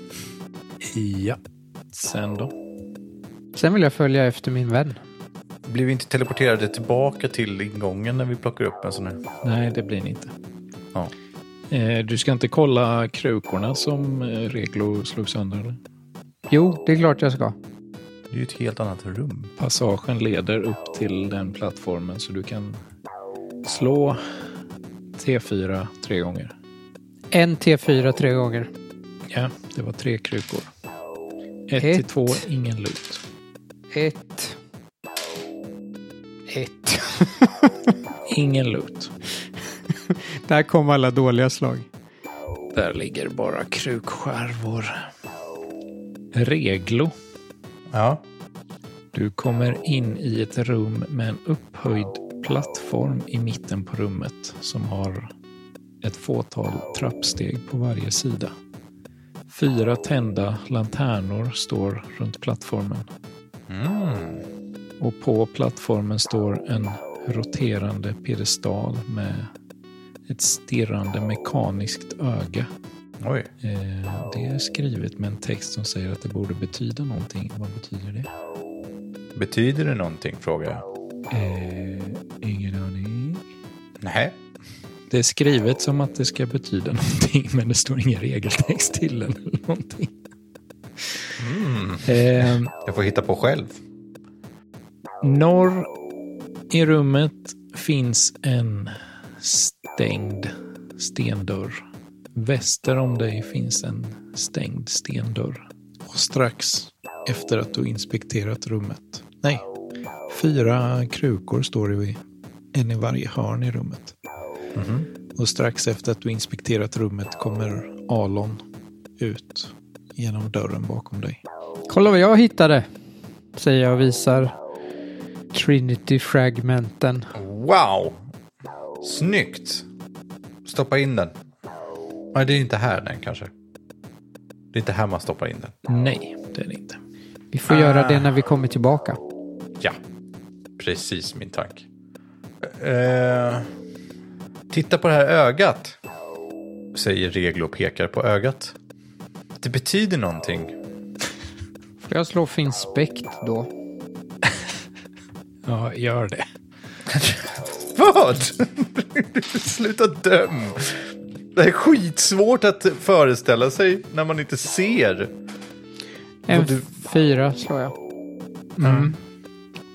S1: Ja. Sen då?
S2: Sen vill jag följa efter min vän.
S3: Blir vi inte teleporterade tillbaka till ingången när vi plockar upp en sån här?
S1: Nej, det blir ni inte.
S3: Ja.
S1: Eh, Du ska inte kolla krukorna som eh, Reglo slog sönder? eller?
S2: Jo, det är klart jag ska.
S3: Det är ju ett helt annat rum.
S1: Passagen leder upp till den plattformen så du kan slå T4 tre gånger.
S2: En T4 tre gånger.
S1: Ja, det var tre krukor. Ett
S2: Ett.
S1: till två, ingen lut.
S2: Ett. Ett.
S1: Ingen lut.
S2: Där kom alla dåliga slag.
S1: Där ligger bara krukskärvor. Reglo.
S3: Ja.
S1: Du kommer in i ett rum med en upphöjd plattform i mitten på rummet som har ett fåtal trappsteg på varje sida. Fyra tända lanternor står runt plattformen
S3: Mm.
S1: och på plattformen står en roterande piedestal med ett stirrande mekaniskt öga.
S3: Oj.
S1: Eh, Det är skrivet med en text som säger att det borde betyda någonting. Vad betyder det?
S3: Betyder det någonting frågar jag.
S1: Eh, ingen aning.
S3: Nej.
S1: Det är skrivet som att det ska betyda någonting, men det står ingen regeltext till den eller någonting. Ehm,
S3: Jag får hitta på själv.
S1: norr i rummet finns en stängd stendörr. Väster om dig finns en stängd stendörr. Och strax efter att du inspekterat rummet. Nej, fyra krukor står det vid. En i varje hörn i rummet. Och strax efter att du inspekterat rummet kommer Alon ut genom dörren bakom dig.
S2: Kolla vad jag hittade. Säger jag och visar Trinity-fragmenten.
S3: Wow! Snyggt! Stoppa in den. Nej, det är inte här den kanske. Det är inte här man stoppar in den.
S1: Nej, det är det inte.
S2: Vi får göra det när vi kommer tillbaka.
S3: Ja, precis min tanke. Eh, titta på det här ögat. Säger Reglo och pekar på ögat. Det betyder någonting.
S2: Får jag slå finspekt då?
S1: Ja, gör det.
S3: Vad? Sluta döm. Det här är skitsvårt att föreställa sig när man inte ser.
S2: En
S3: Vad du-
S2: fyra slår jag.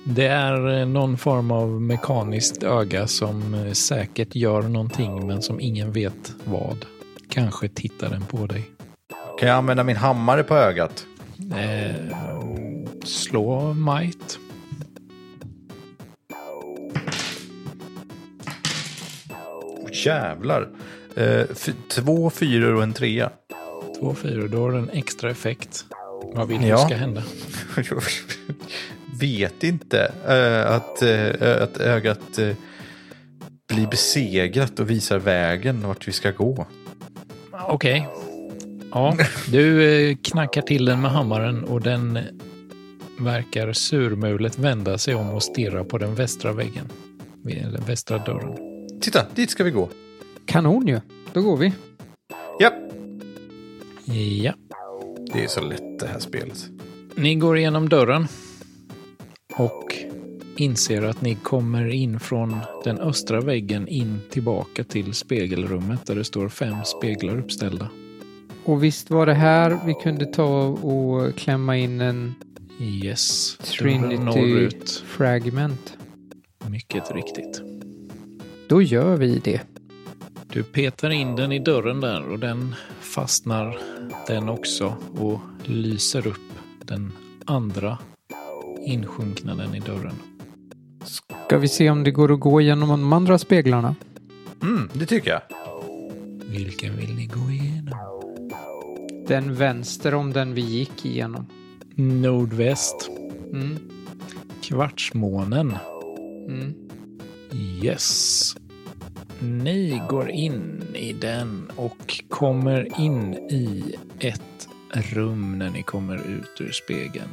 S1: Det är eh, någon form av mekaniskt öga som eh, säkert gör någonting men som ingen vet vad. Kanske tittar den på dig.
S3: Kan jag använda min hammare på ögat?
S1: Eh, slå might.
S3: Åh, Jävlar. Eh, f- två fyror och en trea.
S1: Två fyror, då har den extra effekt. Vad vill du
S3: Ja.
S1: ska hända?
S3: Jag vet inte eh, att, eh, att ögat eh, blir besegrat och visar vägen vart vi ska gå.
S1: Okej. Ja, du eh, knackar till den med hammaren och den verkar surmulet vända sig om och stirra på den västra väggen. Eller västra dörren.
S3: Titta, dit ska vi gå.
S2: Kanon ju. Då går vi.
S3: Ja,
S1: Ja.
S3: det är så lätt det här spelet.
S1: Ni går igenom dörren och inser att ni kommer in från den östra väggen in tillbaka till spegelrummet där det står fem speglar uppställda.
S2: Och visst var det här vi kunde ta och klämma in en
S1: Yes, dörren norrut.
S2: Trinity-fragment?
S1: Mycket riktigt.
S2: Då gör vi det.
S1: Du petar in den i dörren där och den fastnar den också och lyser upp den andra insjunknaden i dörren.
S2: Ska vi se om det går att gå igenom de andra speglarna?
S3: Mm, det tycker jag.
S1: Vilken vill ni gå igenom?
S2: Den vänster om den vi gick igenom.
S1: Nordväst,
S2: Mm,
S1: kvartsmånen.
S2: mm.
S1: Yes. Ni går in i den och kommer in i ett rum när ni kommer ut ur spegeln.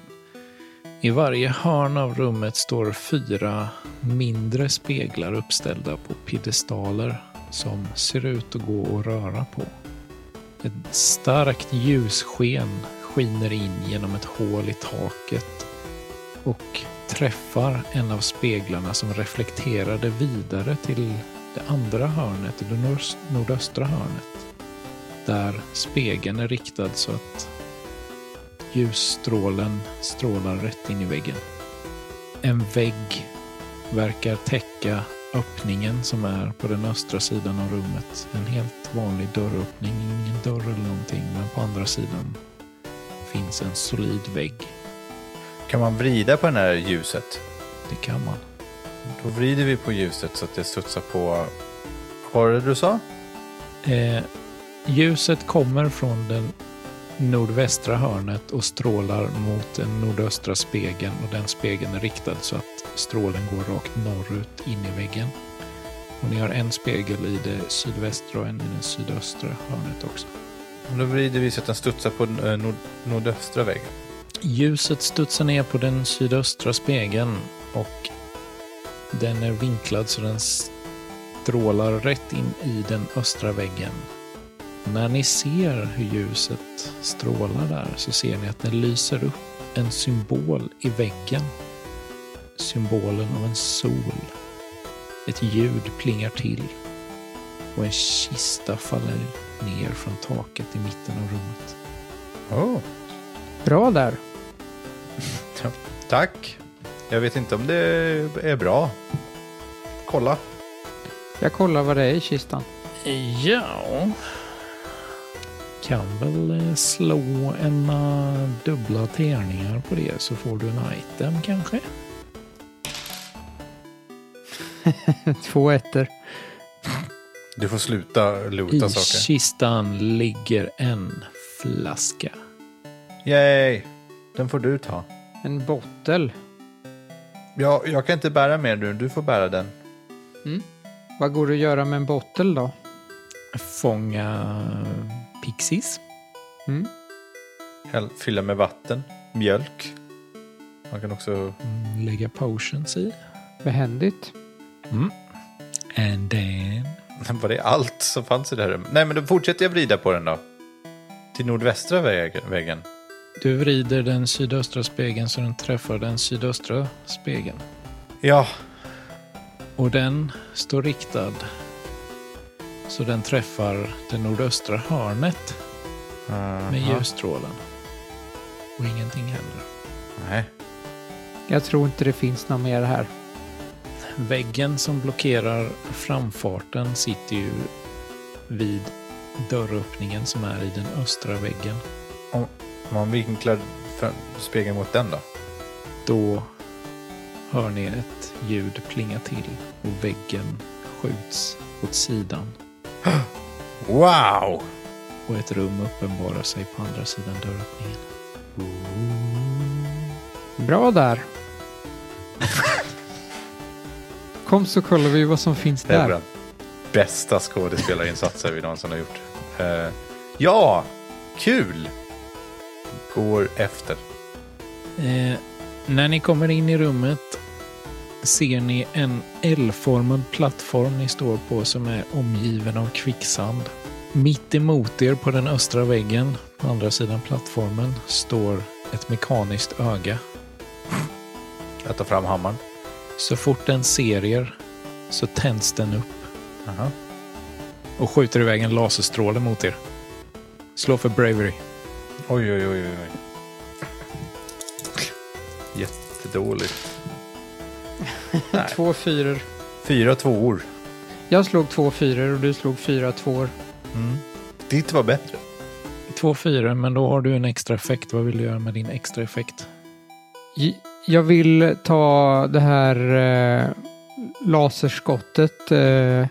S1: I varje hörn av rummet står fyra mindre speglar uppställda på piedestaler som ser ut att gå att röra på. Ett starkt ljussken skiner in genom ett hål i taket och träffar en av speglarna som reflekterar det vidare till det andra hörnet, det nors- nordöstra hörnet. Där spegeln är riktad så att ljusstrålen strålar rätt in i väggen. En vägg verkar täcka öppningen som är på den östra sidan av rummet. En helt vanlig dörröppning, ingen dörr eller någonting, men på andra sidan finns en solid vägg.
S3: Kan man vrida på det här ljuset?
S1: Det kan man.
S3: Då vrider vi på ljuset så att det studsar på... Vad var det du sa?
S1: Eh, ljuset kommer från den nordvästra hörnet och strålar mot den nordöstra spegeln och den spegeln är riktad så att strålen går rakt norrut in i väggen. Och ni har en spegel i det sydvästra och en i det sydöstra hörnet också.
S3: Då vrider vi så att den studsar på eh, nord, nordöstra väggen.
S1: Ljuset studsar ner på den sydöstra spegeln och den är vinklad så den strålar rätt in i den östra väggen. När ni ser hur ljuset strålar där så ser ni att den lyser upp en symbol i väggen. Symbolen av en sol. Ett ljud plingar till och en kista faller ner från taket i mitten av rummet.
S3: Oh.
S2: Bra där.
S3: Tack. Jag vet inte om det är bra. Kolla.
S2: Jag kollar vad det är i kistan.
S1: Ja. Kan väl eh, slå en eh, dubbla tärningar på det så får du en item kanske.
S2: Två ettor.
S3: Du får sluta
S1: I
S3: luta saker.
S1: kistan ligger en flaska.
S3: Yay! Den får du ta.
S2: En bottel.
S3: Ja, jag kan inte bära mer nu. Du får bära den.
S2: Vad går det att göra med en bottel då?
S1: Fånga pixies.
S2: Mm.
S3: Häll- Fylla med vatten, mjölk. Man kan också...
S1: Mm, Lägga potions i.
S2: Behändigt.
S1: And then.
S3: Var det allt som fanns i det här rummet? Nej, men då fortsätter jag vrida på den då. Till nordvästra väg- väggen.
S1: Du vrider den sydöstra spegeln så den träffar den sydöstra spegeln.
S3: Ja,
S1: Och den står riktad så den träffar det nordöstra hörnet med
S3: Aha.
S1: ljusstrålen. Och ingenting händer.
S3: Nej.
S2: Jag tror inte det finns något mer här.
S1: Väggen som blockerar framfarten sitter ju vid dörröppningen som är i den östra väggen.
S3: Om man vinklar fram- spegeln mot den då?
S1: Då hör ni ett ljud plinga till och väggen skjuts åt sidan
S3: Wow!
S1: och ett rum uppenbarar sig på andra sidan dörröppningen.
S2: Bra där. Kom så kollar vi vad som finns
S3: Det är
S2: där.
S3: bland bästa skådespelarinsatser vi någonsin har gjort. Eh, ja, kul! Går efter.
S1: Eh, när ni kommer in i rummet ser ni en L-formad plattform ni står på som är omgiven av kvicksand. Mitt emot er på den östra väggen, på andra sidan plattformen, står ett mekaniskt öga.
S3: Jag tar fram hammaren.
S1: Så fort den ser er så tänds den upp
S3: Aha.
S1: och skjuter iväg en laserstråle mot er. Slå för bravery.
S3: Oj, oj, oj, oj. oj. Jättedåligt.
S2: Två fyror.
S3: Fyra tvåor.
S2: Jag slog två fyror och du slog fyra tvåor.
S3: Ditt var bättre.
S1: Två fyra, men då har du en extra effekt. Vad vill du göra med din extra effekt?
S2: J- Jag vill ta det här eh, laserskottet. Eh,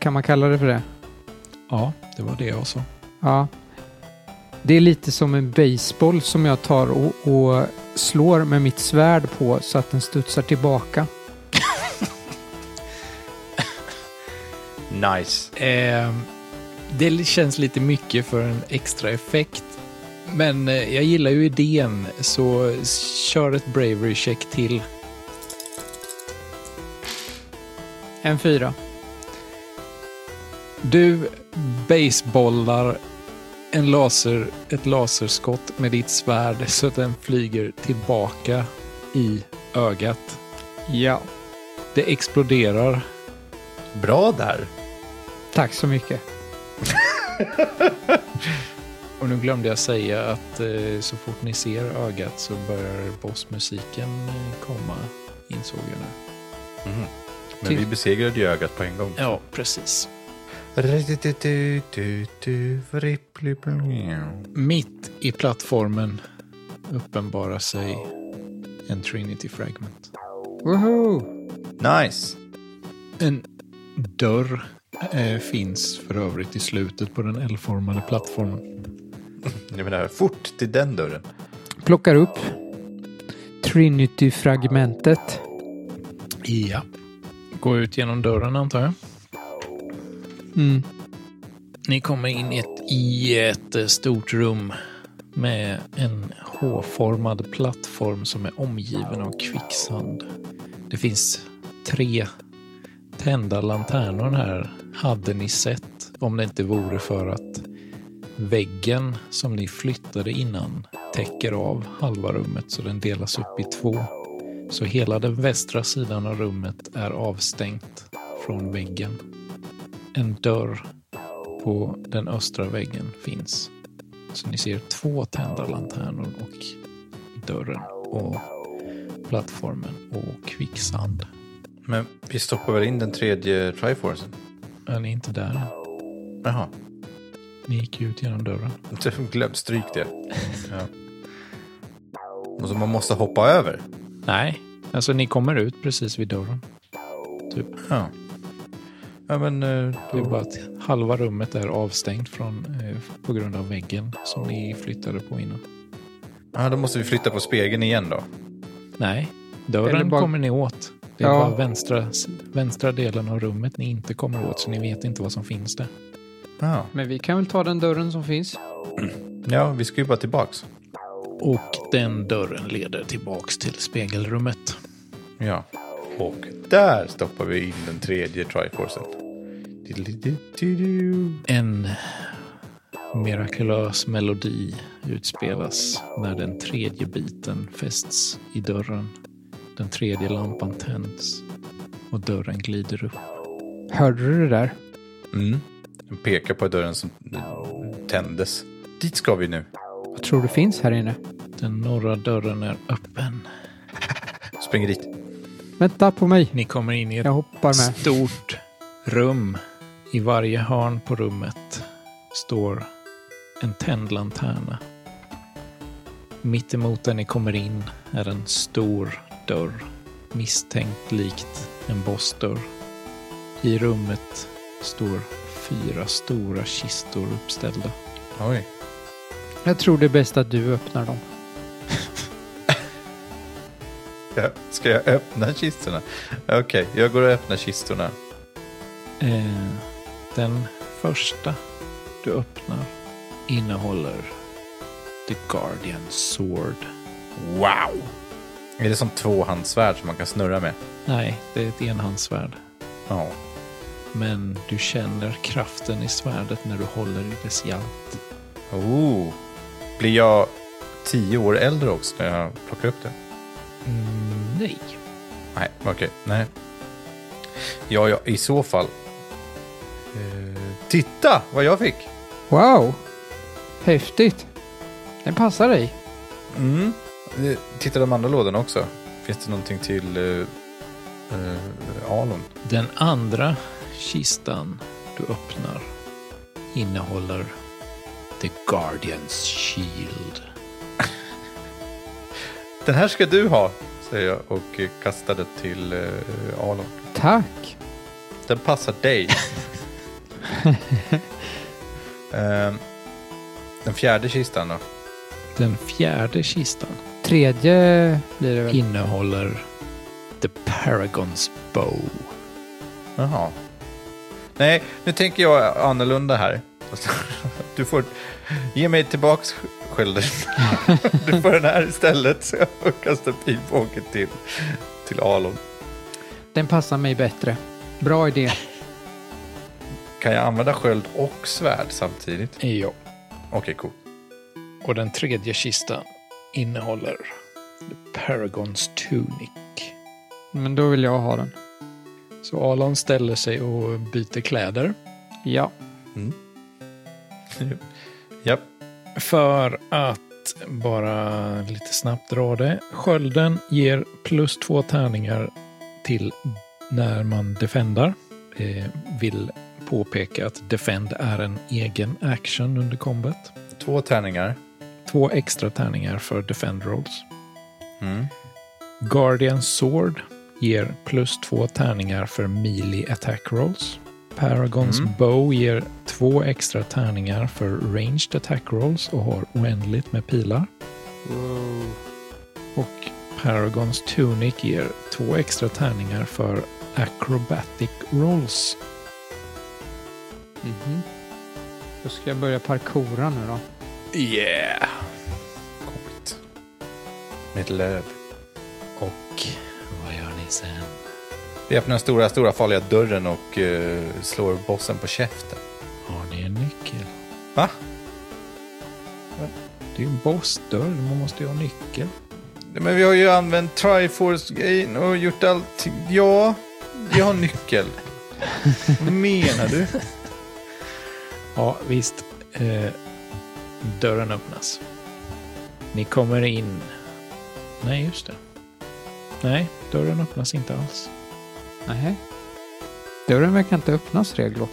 S2: kan man kalla det för det?
S1: Ja, det var det jag sa.
S2: Ja. Det är lite som en baseball som jag tar och, och slår med mitt svärd på så att den studsar tillbaka.
S3: Nice.
S1: Eh, det känns lite mycket för en extra effekt. Men eh, jag gillar ju idén, så kör ett bravery check till.
S2: En fyra.
S1: Du basebollar en laser, ett laserskott med ditt svärd så att den flyger tillbaka i ögat.
S2: Ja.
S1: Det exploderar.
S3: Bra där.
S2: Tack så mycket.
S1: Och nu glömde jag säga att eh, så fort ni ser ögat så börjar bossmusiken eh, komma, insåg jag nu.
S3: Men
S1: Typ.
S3: vi besegrade ju ögat på en gång.
S1: Ja, precis. Mitt i plattformen uppenbarar sig en Trinity Fragment.
S2: Woho!
S3: Nice.
S1: En dörr eh, finns för övrigt i slutet på den L-formade plattformen.
S3: Jag menar, fort till den dörren.
S2: Plockar upp Trinity-fragmentet.
S1: Ja. Gå ut genom dörren antar jag.
S2: Mm.
S1: Ni kommer in i ett jättestort rum med en H-formad plattform som är omgiven av kvicksand. Det finns tre tända lanternor här. Hade ni sett om det inte vore för att väggen som ni flyttade innan täcker av halva rummet så den delas upp i två. Så hela den västra sidan av rummet är avstängt från väggen. En dörr på den östra väggen finns. Så ni ser två tända lanternor och dörren och plattformen och kvicksand.
S3: Men vi stoppar väl in den tredje Triforcen?
S1: Men ni är inte där än.
S3: Jaha.
S1: Ni gick ju ut genom dörren.
S3: Glöm, stryk det. Ja. Och så man måste hoppa över.
S1: Nej, alltså ni kommer ut precis vid dörren.
S3: Ja. Ja, men eh,
S1: Det är
S3: då...
S1: bara att halva rummet är avstängt från, eh, på grund av väggen som ni flyttade på innan.
S3: Ja, då måste vi flytta på spegeln igen då.
S1: Nej,
S2: Eller
S1: dörren
S2: bara-
S1: kommer ni åt. Det är
S2: Ja.
S1: bara vänstra, vänstra delen av rummet ni inte kommer åt, så ni vet inte vad som finns där.
S3: Ja.
S2: Men vi kan väl ta den dörren som finns.
S3: ja, vi ska ju bara tillbaks.
S1: Och den dörren leder tillbaks till spegelrummet.
S3: Ja. Och där stoppar vi in den tredje Triforcen. Du-du-du-du-du.
S1: En mirakulös melodi utspelas när den tredje biten fästs i dörren. Den tredje lampan tänds och dörren glider upp.
S2: Hörde du det där?
S3: Mm. Den pekar på dörren som tändes. Dit ska vi nu.
S2: Vad tror du finns här inne?
S1: Den norra dörren är öppen.
S3: Spring dit.
S2: Vänta på mig.
S1: Ni kommer in i ett
S2: Jag hoppar med.
S1: stort rum. I varje hörn på rummet står en tänd lanterna. Mitt emot där ni kommer in är en stor dörr, misstänkt likt en bossdörr. I rummet står fyra stora kistor uppställda.
S3: Oj.
S2: Jag tror det är bäst att du öppnar dem.
S3: Ja, Ska jag öppna kistorna? Okej, jag går och öppnar kistorna.
S1: Eh, den första du öppnar innehåller The Guardian Sword.
S3: Wow! Är det som tvåhandsvärd som man kan snurra med?
S1: Nej, det är ett enhandsvärd.
S3: Ja.
S1: Men du känner kraften i svärdet när du håller i dess hjälp.
S3: Oh. Blir jag tio år äldre också när jag plockar upp det?
S1: Mm, nej.
S3: Nej, okej. Nej. Ja, ja, i så fall. Eh, titta vad jag fick!
S2: Wow! Häftigt! Den passar dig.
S3: Mm. Eh, Titta de andra lådorna också. Finns det någonting till eh, eh, Alon?
S1: Den andra kistan du öppnar innehåller The Guardians Shield.
S3: Den här ska du ha, säger jag och eh, kastar det till eh, Alon.
S2: Tack!
S3: Den passar dig. Ehm, den fjärde kistan då?
S1: Den fjärde kistan
S2: Tredje blir det väl?
S1: innehåller The Paragons Bow.
S3: Jaha. Nej, nu tänker jag annorlunda här. Du får ge mig tillbaks skölden. Du får den här istället så jag kastar pilbågen till, till Alon.
S2: Den passar mig bättre. Bra idé.
S3: Kan jag använda sköld och svärd samtidigt?
S1: Ja.
S3: Okej, cool.
S1: Och den tredje kistan innehåller The Paragons Tunic.
S2: Men då vill jag ha den.
S1: Så Alon ställer sig och byter kläder.
S2: Ja.
S3: Japp.
S1: För att bara lite snabbt dra det. Skölden ger plus två tärningar till när man defendar. Eh, vill påpeka att defend är en egen action under combat.
S3: Två tärningar.
S1: Två extra tärningar för defend rolls.
S3: Mm.
S1: Guardian Sword ger plus två tärningar för melee attack rolls. Paragons
S3: Mm.
S1: Bow ger två extra tärningar för ranged attack rolls och har oändligt med pilar. Och Paragons Tunic ger två extra tärningar för acrobatic rolls.
S2: Mhm. Då ska jag börja parkoura nu då.
S1: Yeah!
S3: Coolt. Mitt löv.
S4: Och vad gör ni sen?
S3: Vi öppnar den stora, stora farliga dörren och eh, slår bossen på käften.
S4: Har ni en nyckel?
S3: Va?
S1: Det är ju en bossdörr, man måste ju ha nyckel.
S3: Men vi har ju använt Triforce-grejen och gjort allt. Ja, vi har nyckel. Vad menar du?
S1: Ja, visst. Eh, dörren öppnas. Ni kommer in. Nej, just det. Nej, dörren öppnas inte alls.
S2: Nej. Dörren verkar inte öppnas, Reglo.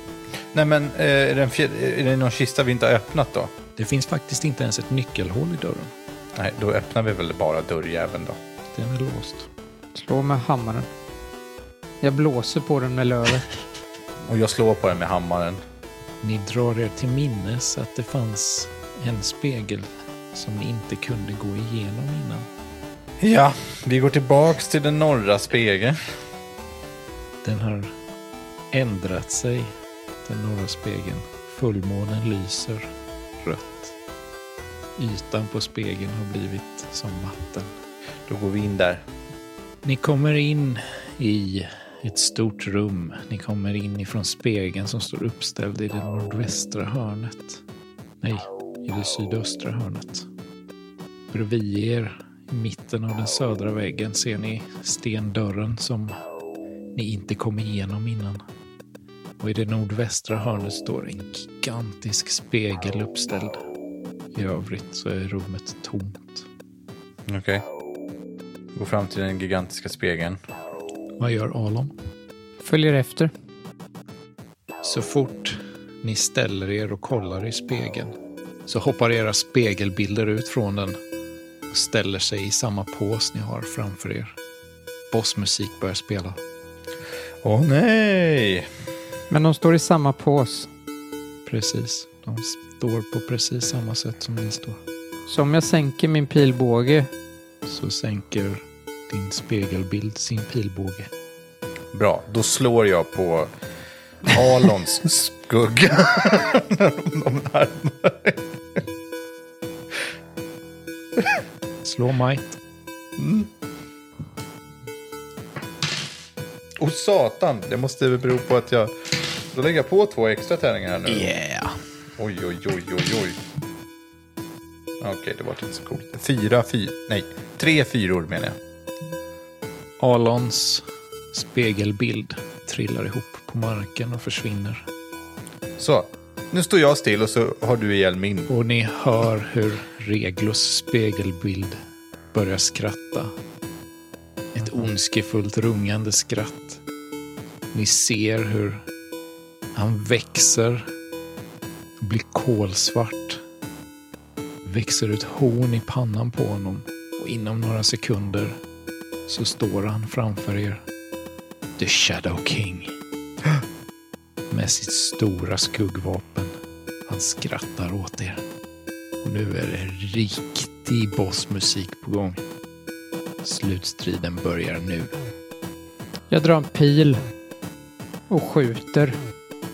S3: Nej, men eh, är, det en fjär- är det någon kista vi inte har öppnat då?
S1: Det finns faktiskt inte ens ett nyckelhål i dörren.
S3: Nej, då öppnar vi väl bara dörrjäveln då.
S1: Den är låst.
S2: Slå med hammaren. Jag blåser på den med lövet.
S3: Och jag slår på den med hammaren.
S1: Ni drar er till minnes att det fanns en spegel som ni inte kunde gå igenom innan.
S3: Ja, vi går tillbaks till den norra spegeln.
S1: Den har ändrat sig, den norra spegeln. Fullmånen lyser rött. Ytan på spegeln har blivit som vatten.
S3: Då går vi in där.
S1: Ni kommer in i ett stort rum. Ni kommer in ifrån spegeln som står uppställd i det nordvästra hörnet. Nej, i det sydöstra hörnet. Bredvid er, i mitten av den södra väggen, ser ni stendörren som ni inte kom igenom innan. Och i det nordvästra hörnet står en gigantisk spegel uppställd. I övrigt så är rummet tomt.
S3: Okej. Går fram till den gigantiska spegeln.
S1: Vad gör Alon?
S2: Följer efter.
S1: Så fort ni ställer er och kollar i spegeln så hoppar era spegelbilder ut från den och ställer sig i samma pås ni har framför er. Bossmusik börjar spela.
S3: Åh nej!
S2: Men de står i samma pås.
S1: Precis. De står på precis samma sätt som ni står.
S2: Så om jag sänker min pilbåge.
S1: Så sänker din spegelbild sin pilbåge.
S3: Bra, då slår jag på Alons skugga. De här.
S1: Slå might.
S3: Och satan, det måste väl bero på att jag... Då lägger jag på två extra tärningar här nu.
S1: Yeah!
S3: Oj, oj, oj, oj, oj. Okej, det var inte så coolt. Fyra, fyra, nej, tre fyror menar jag.
S1: Alons spegelbild trillar ihop på marken och försvinner.
S3: Så, nu står jag still och så har du ihjäl min.
S1: Och ni hör hur Reglos spegelbild börjar skratta. Ett ondskefullt rungande skratt. Ni ser hur han växer, blir kolsvart, växer ut horn i pannan på honom och inom några sekunder så står han framför er. The Shadow King. Med sitt stora skuggvapen. Han skrattar åt er. Och nu är det riktig bossmusik på gång. Slutstriden börjar nu.
S2: Jag drar en pil. Och skjuter.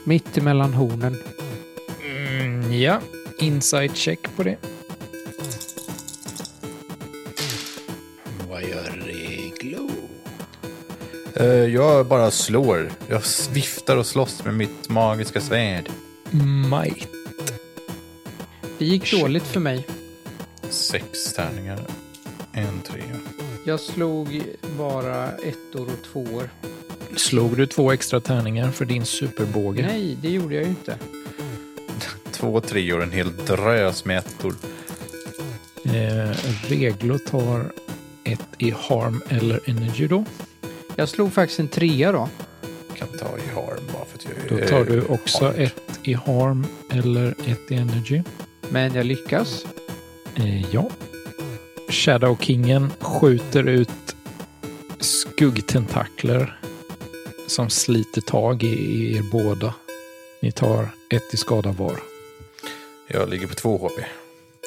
S2: Mitt emellan hornen.
S1: Mm, ja, insight check på det. Vad gör Reglo?
S3: Eh, jag bara slår. Jag viftar och slåss med mitt magiska svärd.
S1: Might.
S2: Det gick dåligt för mig.
S3: Sex tärningar. En trea.
S2: Jag slog bara ettor och tvåor.
S1: Slog du två extra tärningar för din superbåge?
S2: Nej, det gjorde jag ju inte.
S3: Två treor, en hel drös med ettor.
S1: Eh, Reglo tar ett i harm eller energy då.
S2: Jag slog faktiskt en trea då.
S3: Kan ta i harm bara för att
S1: Då
S3: jag
S1: tar
S3: eh,
S1: du också
S3: harm.
S1: ett i harm eller ett i energy.
S2: Men jag lyckas.
S1: Eh, ja. Shadowkingen skjuter ut skuggtentakler som sliter tag i er båda. Ni tar ett i skada var.
S3: Jag ligger på två HP.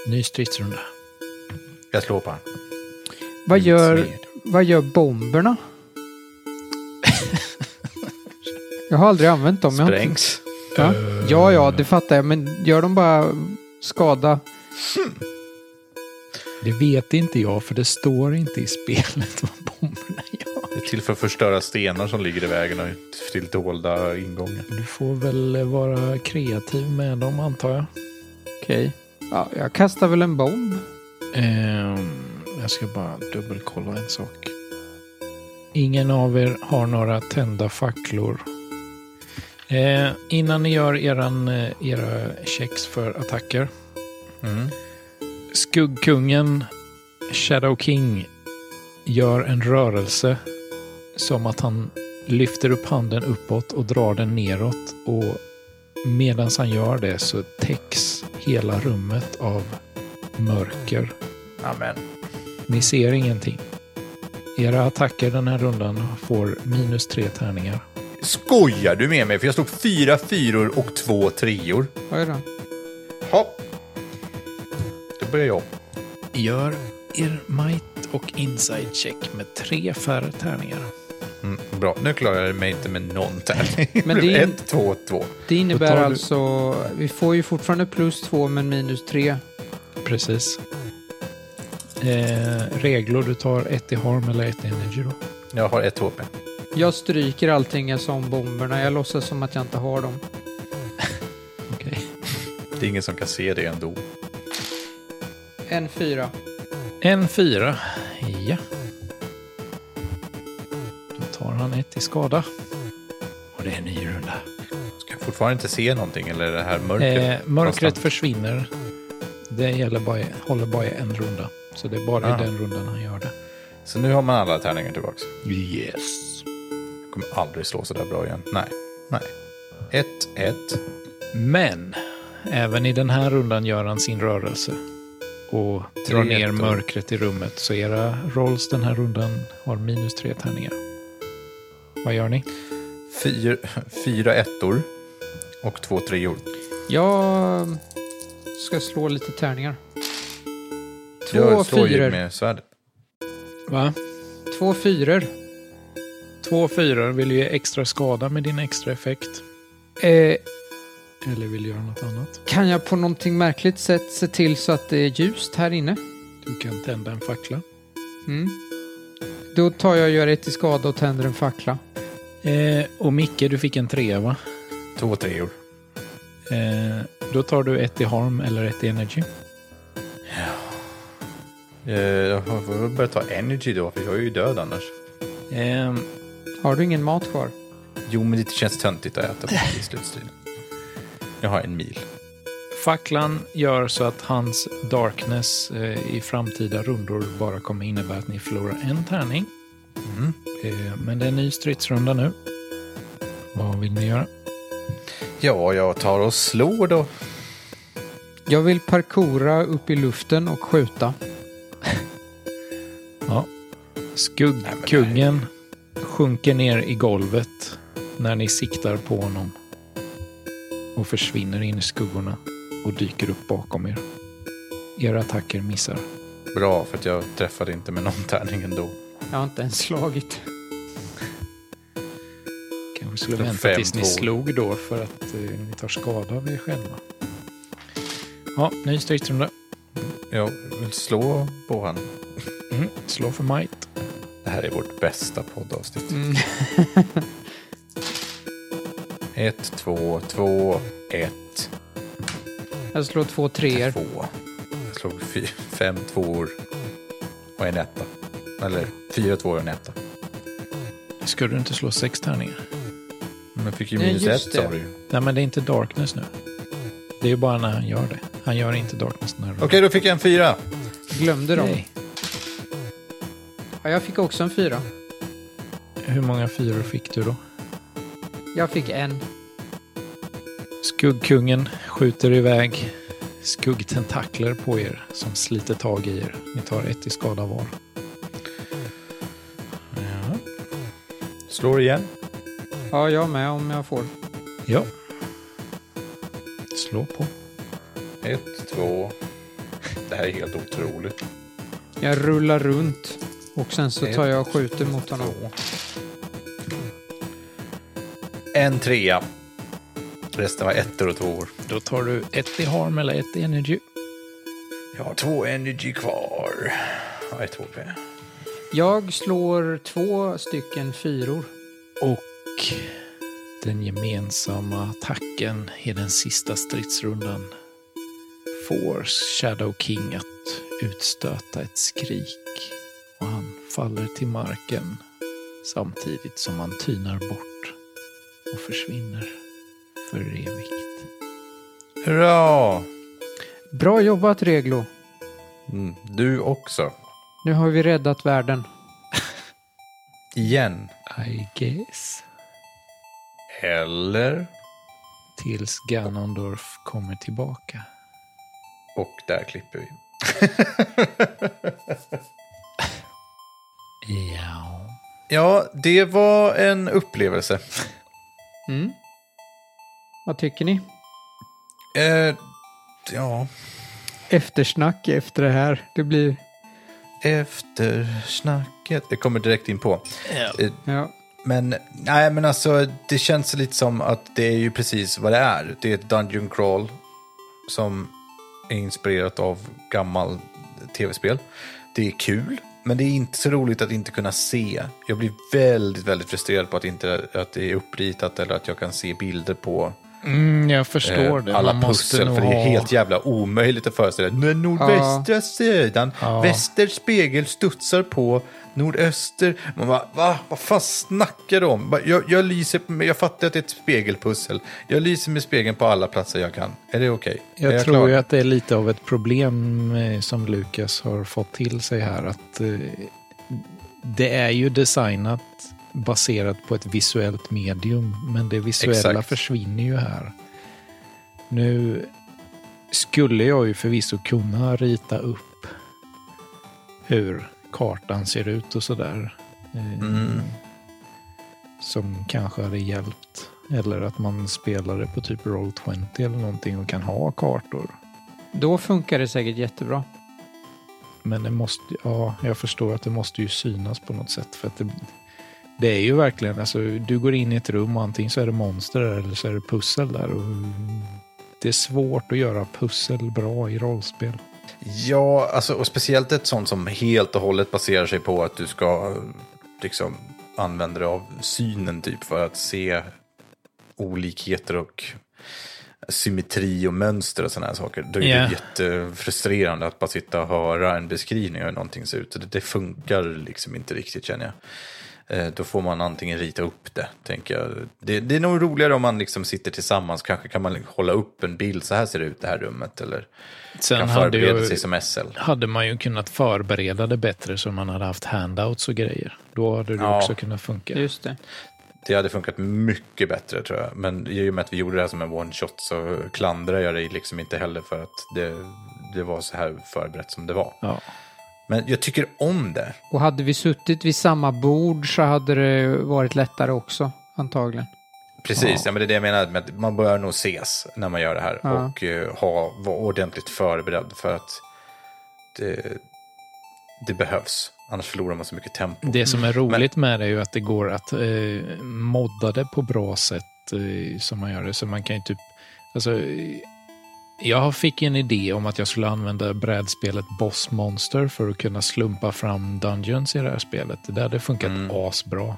S1: Ny stridsrunda.
S3: Jag slår på han.
S2: Vad
S1: Mm,
S3: Mitt
S2: gör,
S3: svärd.
S2: vad gör bomberna? jag har aldrig använt dem. Jag har inte-
S3: Sprängs.
S2: Ja. ja, ja, det fattar jag. Men gör de bara skada?
S1: Det vet inte jag, för det står inte i spelet vad bomberna gör.
S3: Det är till för att förstöra stenar som ligger i vägen och till dolda ingångar.
S1: Du får väl vara kreativ med dem, antar jag.
S2: Okej. Ja, jag kastar väl en bomb.
S1: Ehm, jag ska bara dubbelkolla en sak. Ingen av er har några tända facklor. Eh, innan ni gör eran, eh, era checks för attacker.
S3: Mm.
S1: Skuggkungen Shadow King gör en rörelse som att han lyfter upp handen uppåt och drar den neråt. Och medan han gör det så täcks hela rummet av mörker.
S3: Amen.
S1: Ni ser ingenting. Era attacker den här rundan får minus tre tärningar.
S3: Skojar du med mig? För jag slog fyra fyror och två treor.
S2: Oj då.
S3: Hopp. Då börjar jag.
S1: Gör er might och inside check med tre färre tärningar.
S3: Mm, bra, nu klarar jag mig inte med någon tärning.
S2: Men
S3: Men
S2: det
S3: det
S2: är-
S3: Ett, två, två.
S2: Det
S1: tar
S2: innebär
S1: du-
S2: alltså... Vi får ju fortfarande plus två, men minus tre.
S1: Precis. Eh, reglor, du tar ett i harm eller ett i energy då.
S3: Jag har ett HP.
S2: Jag stryker allting som bomberna. Jag låtsas som att jag inte har dem.
S1: Okej.
S3: Det är ingen som kan se det ändå.
S2: En fyra.
S1: En fyra. Ja. Då tar han ett i skada. Och det är en ny runda.
S3: Ska jag fortfarande inte se någonting eller är det här mörkret?
S1: Eh, mörkret
S3: konstant?
S1: försvinner. Det gäller bara, håller bara i en runda. Så det är bara
S3: Ah.
S1: i den rundan han gör det.
S3: Så nu har man alla tärningar tillbaks.
S1: Yes.
S3: Jag kommer aldrig slå så där bra igen. Nej, nej. Ett, ett.
S1: Men även i den här rundan gör han sin rörelse och drar
S3: Tre
S1: ner
S3: ettor.
S1: mörkret i rummet. Så era rolls den här rundan har minus tre tärningar. Vad gör ni?
S3: Fyra, fyra ettor och två treor.
S2: Jag ska slå lite tärningar. Två
S3: jag slår ju
S2: fyror.
S3: med svärdet.
S1: Va?
S2: Två fyror.
S1: Två fyror. Vill du ge extra skada med din extra effekt?
S2: Eh,
S1: Eller vill du göra något annat?
S2: kan jag på någonting märkligt sätt se till så att det är ljust här inne?
S1: Du kan tända en fackla.
S2: Mm. Då tar jag och gör ett i skada och tänder en fackla.
S1: Eh, och Micke, du fick en trea va?
S3: Två treor.
S1: Eh, då tar du ett i harm eller ett i energy.
S3: Eh, Jag får väl börja ta energy då, för jag är ju död annars.
S1: Eh,
S2: Har du ingen mat kvar?
S3: Jo, men det känns töntigt att äta på i slutstriden. Jag har en mil.
S1: facklan gör så att hans darkness eh, i framtida rundor bara kommer innebära att ni förlorar en tärning.
S3: Mm.
S1: Eh, men det är en ny stridsrunda nu. Vad vill ni göra?
S3: Ja, jag tar och slår då.
S2: Jag vill parkoura upp i luften och skjuta.
S1: Ja. Skuggkungen sjunker ner i golvet när ni siktar på honom och försvinner in i skuggorna och dyker upp bakom er. Era attacker missar.
S3: Bra, för att jag träffade inte med någon tärning ändå.
S2: Jag har inte ens slagit.
S1: Kanske skulle
S3: Den
S1: vänta tills ni
S3: femtvål.
S1: slog då för att eh, ni tar skada av er själva. Ja, ny stridsrunda.
S3: Jag vill slå på han.
S1: Mm. Slå för might.
S3: Det här är vårt bästa poddavsnitt.
S2: Mm.
S3: Ett, två, två, ett,
S2: Jag slår två treor.
S3: två. Jag slog fy, fem tvåor och en etta. Eller fyra tvåor och en etta.
S1: Skulle du inte slå sex tärningar?
S3: Men jag fick ju
S2: Nej,
S3: minus
S2: just
S3: ett
S2: det.
S3: sa du ju. Okej,
S1: Nej, men det är inte darkness nu. Det är ju bara när han gör det. Han gör inte darkness när han...
S3: då fick jag en fyra.
S2: Glömde dem.
S1: Nej.
S2: Ja, jag fick också en fyra.
S1: Hur många fyror fick du då?
S2: Jag fick en.
S1: Skuggkungen skjuter iväg skuggtentakler på er som sliter tag i er. Ni tar ett i skada var. Ja.
S3: Slår igen.
S2: Ja, jag med om jag får.
S1: ja. Slå på.
S3: Ett, två. Det här är helt otroligt.
S2: Jag rullar runt och sen så tar jag och skjuter mot honom.
S3: Två. En trea. Resten var ettor och tvåor.
S1: Då tar du ett i harm eller ett i energy.
S3: Jag har två energy kvar. Jag är två p.
S2: Jag slår två stycken fyror.
S1: Och den gemensamma attacken i den sista stridsrundan får Shadow King att utstöta ett skrik och han faller till marken samtidigt som han tynar bort och försvinner för evigt.
S3: Hurra!
S2: Bra jobbat, Reglo.
S3: Mm, du också.
S2: Nu har vi räddat världen.
S3: Igen.
S1: I guess.
S3: Eller?
S1: Tills Ganondorf kommer tillbaka.
S3: Och där klipper vi.
S1: Ja.
S3: Ja, det var en upplevelse.
S2: Mm. Vad tycker ni?
S3: Eh, ja,
S2: Eftersnack efter det här. Det blir...
S3: eftersnacket. Det kommer direkt in på. Eh,
S2: Ja.
S3: Men nej, men alltså det känns lite som att det är ju precis vad det är. Det är ett Dungeon Crawl som är inspirerat av gammal tv-spel. Det är kul, men det är inte så roligt att inte kunna se. Jag blir väldigt, väldigt frustrerad på att, inte, att det är uppritat eller att jag kan se bilder på
S1: Mm, jag
S3: eh,
S1: förstår det.
S3: alla
S1: Man måste
S3: pussel.
S1: nog
S3: För det är
S1: ha-
S3: helt jävla omöjligt att föreställa. Den nordvästra sidan,
S1: Ja.
S3: väster spegel studsar på nordöster. Man bara, va? Vad fan snackar du om? Bara, Jag, jag, lyser, med- jag fattar att det är ett spegelpussel. Jag lyser med spegeln på alla platser jag kan. Är det okej?
S1: Jag,
S3: Är
S1: tror
S3: klar?
S1: ju att det är lite av ett problem eh, som Lukas har fått till sig här. Att eh, det är ju designat baserat på ett visuellt medium, men det visuella
S3: Exakt.
S1: försvinner ju här. Nu skulle jag ju förvisso kunna rita upp hur kartan ser ut och sådär. Eh,
S3: Mm.
S1: som kanske hade hjälpt. Eller att man spelade på typ Roll20 eller någonting och kan ha kartor.
S2: Då funkar det säkert jättebra.
S1: Men det måste, ja, jag förstår att det måste ju synas på något sätt. För att det, det är ju verkligen, alltså du går in i ett rum och antingen så är det monster där eller så är det pussel där. Och det är svårt att göra pussel bra i rollspel.
S3: Ja, alltså, och speciellt ett sånt som helt och hållet baserar sig på att du ska eh, liksom, använda dig av synen typ för att se olikheter och symmetri och mönster och sådana här saker. Då är
S1: Ja.
S3: det jättefrustrerande att bara sitta och höra en beskrivning av hur någonting ser ut. Det, det funkar liksom inte riktigt känner jag. Eh, Då får man antingen rita upp det, tänker jag. Det, det är nog roligare om man liksom sitter tillsammans. Kanske kan man hålla upp en bild, så här ser det ut i det här rummet. Eller
S1: Sen
S3: kan
S1: hade,
S3: förbereda
S1: ju,
S3: sig som SL.
S1: hade man ju kunnat förbereda det bättre så man hade haft handouts och grejer. Då hade det
S3: Ja.
S1: också kunnat funka.
S2: Just det.
S3: Det hade funkat mycket bättre tror jag. Men i och med att vi gjorde det här som en one shot så klandrar jag dig liksom inte heller för att det, det var så här förberett som det var.
S1: Ja.
S3: Men jag tycker om det.
S2: Och hade vi suttit vid samma bord så hade det varit lättare också, antagligen.
S3: Precis, ja. men det är det jag menar med att man bör nog ses när man gör det här.
S2: Ja.
S3: Och eh, ha, vara ordentligt förberedd för att det, det behövs. Annars förlorar man så mycket tempo.
S1: Det som är roligt med det är ju att det går att eh, modda det på bra sätt eh, som man gör det. Så man kan ju typ... Alltså, eh, jag fick en idé om att jag skulle använda brädspelet Boss Monster för att kunna slumpa fram Dungeons i det här spelet. Det där hade funkat asbra.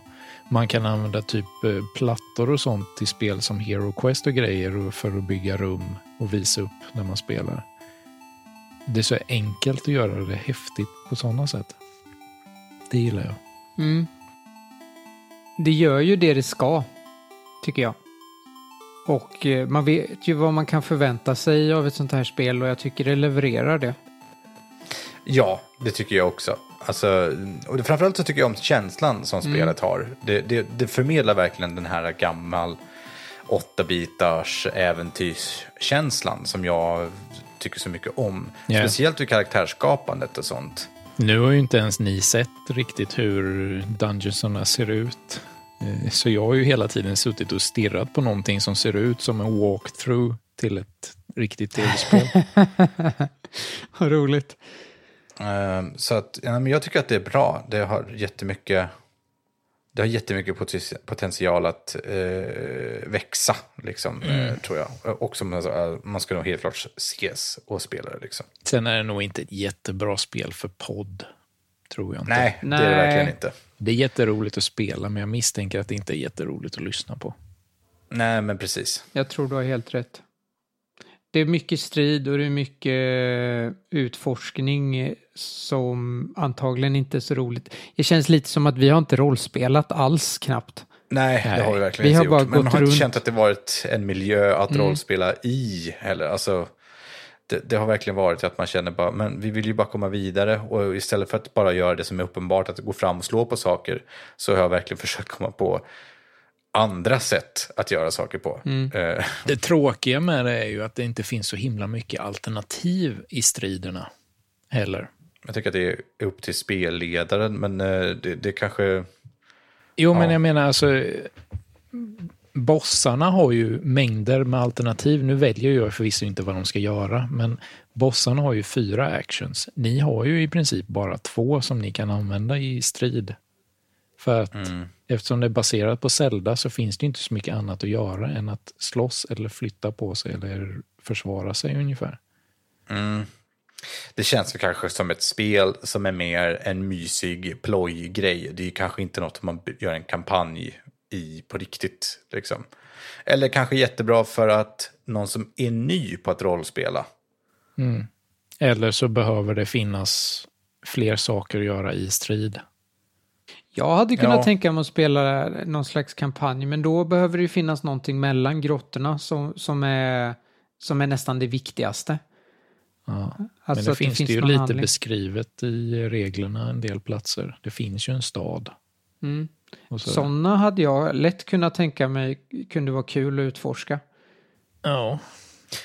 S1: Man kan använda typ eh, plattor och sånt till spel som Hero Quest och grejer och- för att bygga rum och visa upp när man spelar. Det är så enkelt att göra det häftigt på sådana sätt. Det gillar jag.
S2: Mm. Det gör ju det det ska, tycker jag. Och eh, man vet ju vad man kan förvänta sig av ett sånt här spel och jag tycker det levererar det.
S3: Ja, det tycker jag också. Alltså, och det- framförallt så tycker jag om känslan som spelet har. Det, det, det förmedlar verkligen den här gammal 8-bitars äventyrskänslan som jag tycker så mycket om.
S1: Ja.
S3: Speciellt vid karaktärsskapandet och sånt.
S1: Nu har ju inte ens ni sett riktigt hur dungeonsarna ser ut. Eh, Så jag har ju hela tiden suttit och stirrat på någonting som ser ut som en walkthrough till ett riktigt tv-spel.
S2: Vad roligt.
S3: Ehm, Så att, ja, men jag tycker att det är bra. Det har jättemycket, det har jättemycket potis- potential att eh, växa, liksom, eh, tror jag. Och som jag sa, man ska nog helt klart ses och spela det. Liksom.
S1: Sen är det nog inte ett jättebra spel för podd. Tror jag inte.
S3: Nej, det är det
S2: Nej.
S3: verkligen inte.
S1: Det är jätteroligt att spela, men jag misstänker att det inte är jätteroligt att lyssna på.
S3: Nej, men precis.
S2: Jag tror du har helt rätt. Det är mycket strid och det är mycket eh, utforskning eh, som antagligen inte är så roligt. Det känns lite som att vi har inte rollspelat alls knappt.
S3: Nej,
S1: Nej.
S3: det har vi verkligen
S2: Vi
S3: inte
S2: har bara
S3: gjort. Men man
S2: gått
S3: har inte
S2: runt. Mm.
S3: känt att det varit en miljö att rollspela i heller. Alltså, det, det har verkligen varit att man känner bara, men vi vill ju bara komma vidare och istället för att bara göra det som är uppenbart, att gå fram och slå på saker, så har jag verkligen försökt komma på andra sätt att göra saker på.
S2: Mm.
S3: Eh,
S1: Det tråkiga med det är ju att det inte finns så himla mycket alternativ i striderna heller.
S3: Jag tycker att det är upp till spelledaren, men eh, det, det kanske...
S1: Jo, men
S3: Ja.
S1: jag menar alltså... Bossarna har ju mängder med alternativ. Nu väljer jag förvisso inte vad de ska göra, men bossarna har ju fyra actions. Ni har ju i princip bara två som ni kan använda i strid. För att eftersom det är baserat på Zelda så finns det ju inte så mycket annat att göra än att slåss eller flytta på sig eller försvara sig ungefär.
S3: Det känns väl kanske som ett spel som är mer en mysig plojgrej. Det är kanske inte något man b- gör en kampanj i på riktigt. Liksom. Eller kanske jättebra för att någon som är ny på att rollspela.
S1: Eller så behöver det finnas fler saker att göra i strid.
S2: Jag hade kunnat
S3: Ja.
S2: tänka mig att spela någon slags kampanj, men då behöver det ju finnas någonting mellan grottorna som, som, är, som är nästan det viktigaste.
S1: Ja.
S2: Alltså
S1: men
S2: att
S1: det finns det, ju
S2: någon
S1: lite
S2: handling.
S1: beskrivet i reglerna en del platser. Det finns ju en stad.
S2: Mm.
S1: Och så.
S2: Sådana hade jag lätt kunnat tänka mig kunde vara kul att utforska.
S1: Ja.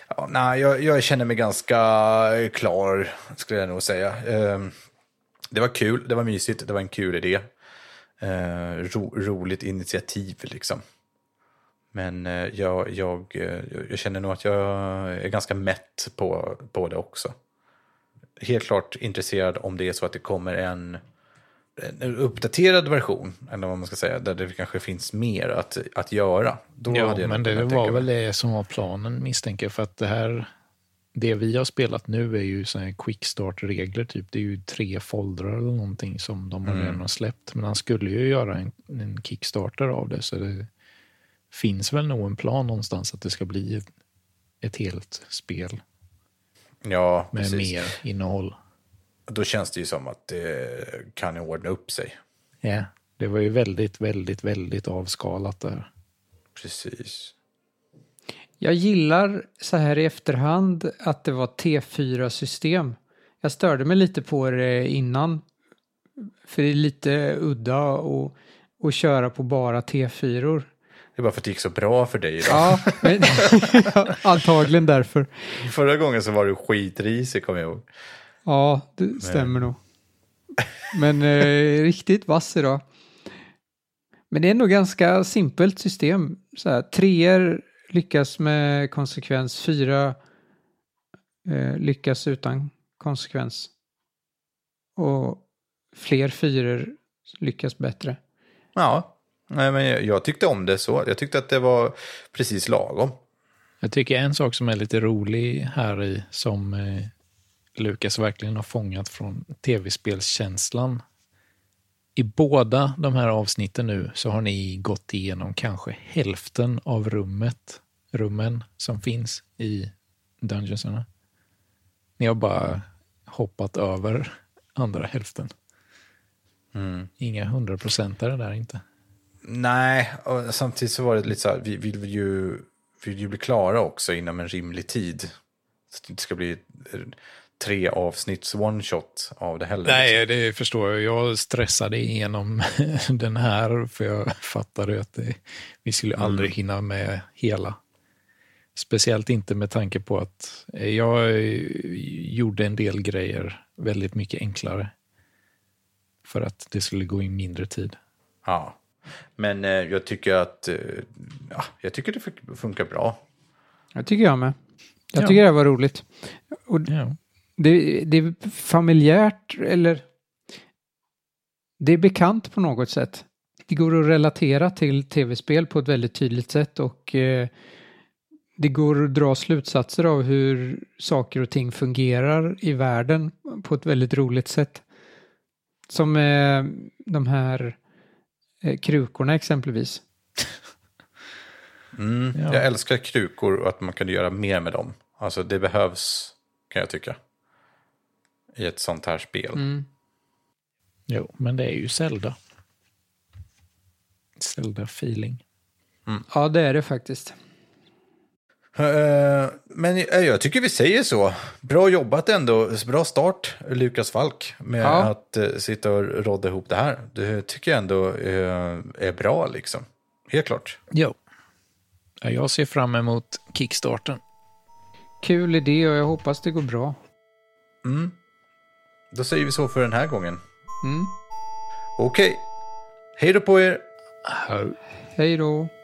S3: Ja, nej, jag, jag känner mig ganska klar, skulle jag nog säga. Ehm, det var kul, det var mysigt, det var en kul idé. Ehm, ro, roligt initiativ, liksom. Men eh, jag, jag, eh, jag känner nog att jag är ganska mätt på, på det också. Helt klart intresserad om det är så att det kommer en, en uppdaterad version, eller vad man ska säga, där det kanske finns mer att, att göra. Då
S1: Ja,
S3: hade jag
S1: men
S3: nog
S1: det
S3: kunnat
S1: var
S3: tänka mig.
S1: väl det som var planen misstänker jag. För att det här, det vi har spelat nu är ju såna här quick start-regler typ. Det är ju tre foldrar eller någonting som de har
S3: Mm.
S1: redan har släppt. Men han skulle ju göra en, en kickstarter av det. Så det finns väl nog en plan någonstans att det ska bli ett, ett helt spel
S3: ja,
S1: med
S3: precis.
S1: mer innehåll.
S3: Då känns det ju som att det kan ordna upp sig.
S1: Ja, det var ju väldigt, väldigt, väldigt avskalat där.
S3: Precis.
S2: Jag gillar så här i efterhand att det var T4-system. Jag störde mig lite på det innan. För det är lite udda och, och köra på bara T4.
S3: Det är bara för att det gick så bra för dig idag.
S2: Ja, men, antagligen därför.
S3: Förra gången så var du skitrisig, kommer jag ihåg.
S2: Ja, det stämmer nog. Men eh, riktigt vass idag. Men det är ändå ganska simpelt system. Så här, treor lyckas med konsekvens, fyra eh, lyckas utan konsekvens. Och fler fyror lyckas bättre.
S3: Ja, nej, men jag, jag tyckte om det så. Jag tyckte att det var precis lagom.
S1: Jag tycker en sak som är lite rolig här i, som eh, Lukas verkligen har fångat från tv-spelskänslan. I båda de här avsnitten nu så har ni gått igenom kanske hälften av rummet, rummen som finns i Dungeonsarna. Ni har bara hoppat över andra hälften. Inga hundraprocentare där inte.
S3: Nej, och samtidigt så var det lite så här, vi vill ju, vill ju bli klara också inom en rimlig tid. Så att det inte ska bli eh, tre avsnitts one-shot av det heller.
S1: Nej, det förstår jag. Jag stressade igenom den här för jag fattade att det, vi skulle aldrig hinna med hela. Speciellt inte med tanke på att jag eh, gjorde en del grejer väldigt mycket enklare. För att det skulle gå in mindre tid.
S3: Ja. Men eh, jag tycker att eh, ja, jag tycker det fun- funkar bra.
S2: Jag tycker jag med. Jag
S1: Ja.
S2: tycker det var roligt. Och
S1: Ja.
S2: det, det är familjärt eller det är bekant på något sätt. Det går att relatera till tv-spel på ett väldigt tydligt sätt och eh, det går att dra slutsatser av hur saker och ting fungerar i världen på ett väldigt roligt sätt. Som eh, de här eh, krukorna exempelvis.
S3: Mm.
S1: Ja.
S3: Jag älskar krukor och att man kan göra mer med dem. Alltså det behövs, kan jag tycka. I ett sånt här spel.
S1: Jo, men det är ju Zelda. Zelda-feeling.
S2: Ja, det är det faktiskt.
S3: Eh, Men eh, jag tycker vi säger så. Bra jobbat ändå. Bra start, Lukas Falk, med
S2: Ja.
S3: att eh, sitta och rodda ihop det här. Det tycker jag ändå eh, är bra, liksom. Helt klart.
S1: Jo. Ja, Jag ser fram emot kickstarten.
S2: Kul idé och jag hoppas det går bra.
S3: Mm. Då säger vi så för den här gången.
S2: Mm.
S3: Okej. Hej då på er.
S1: Hör.
S2: Hej då.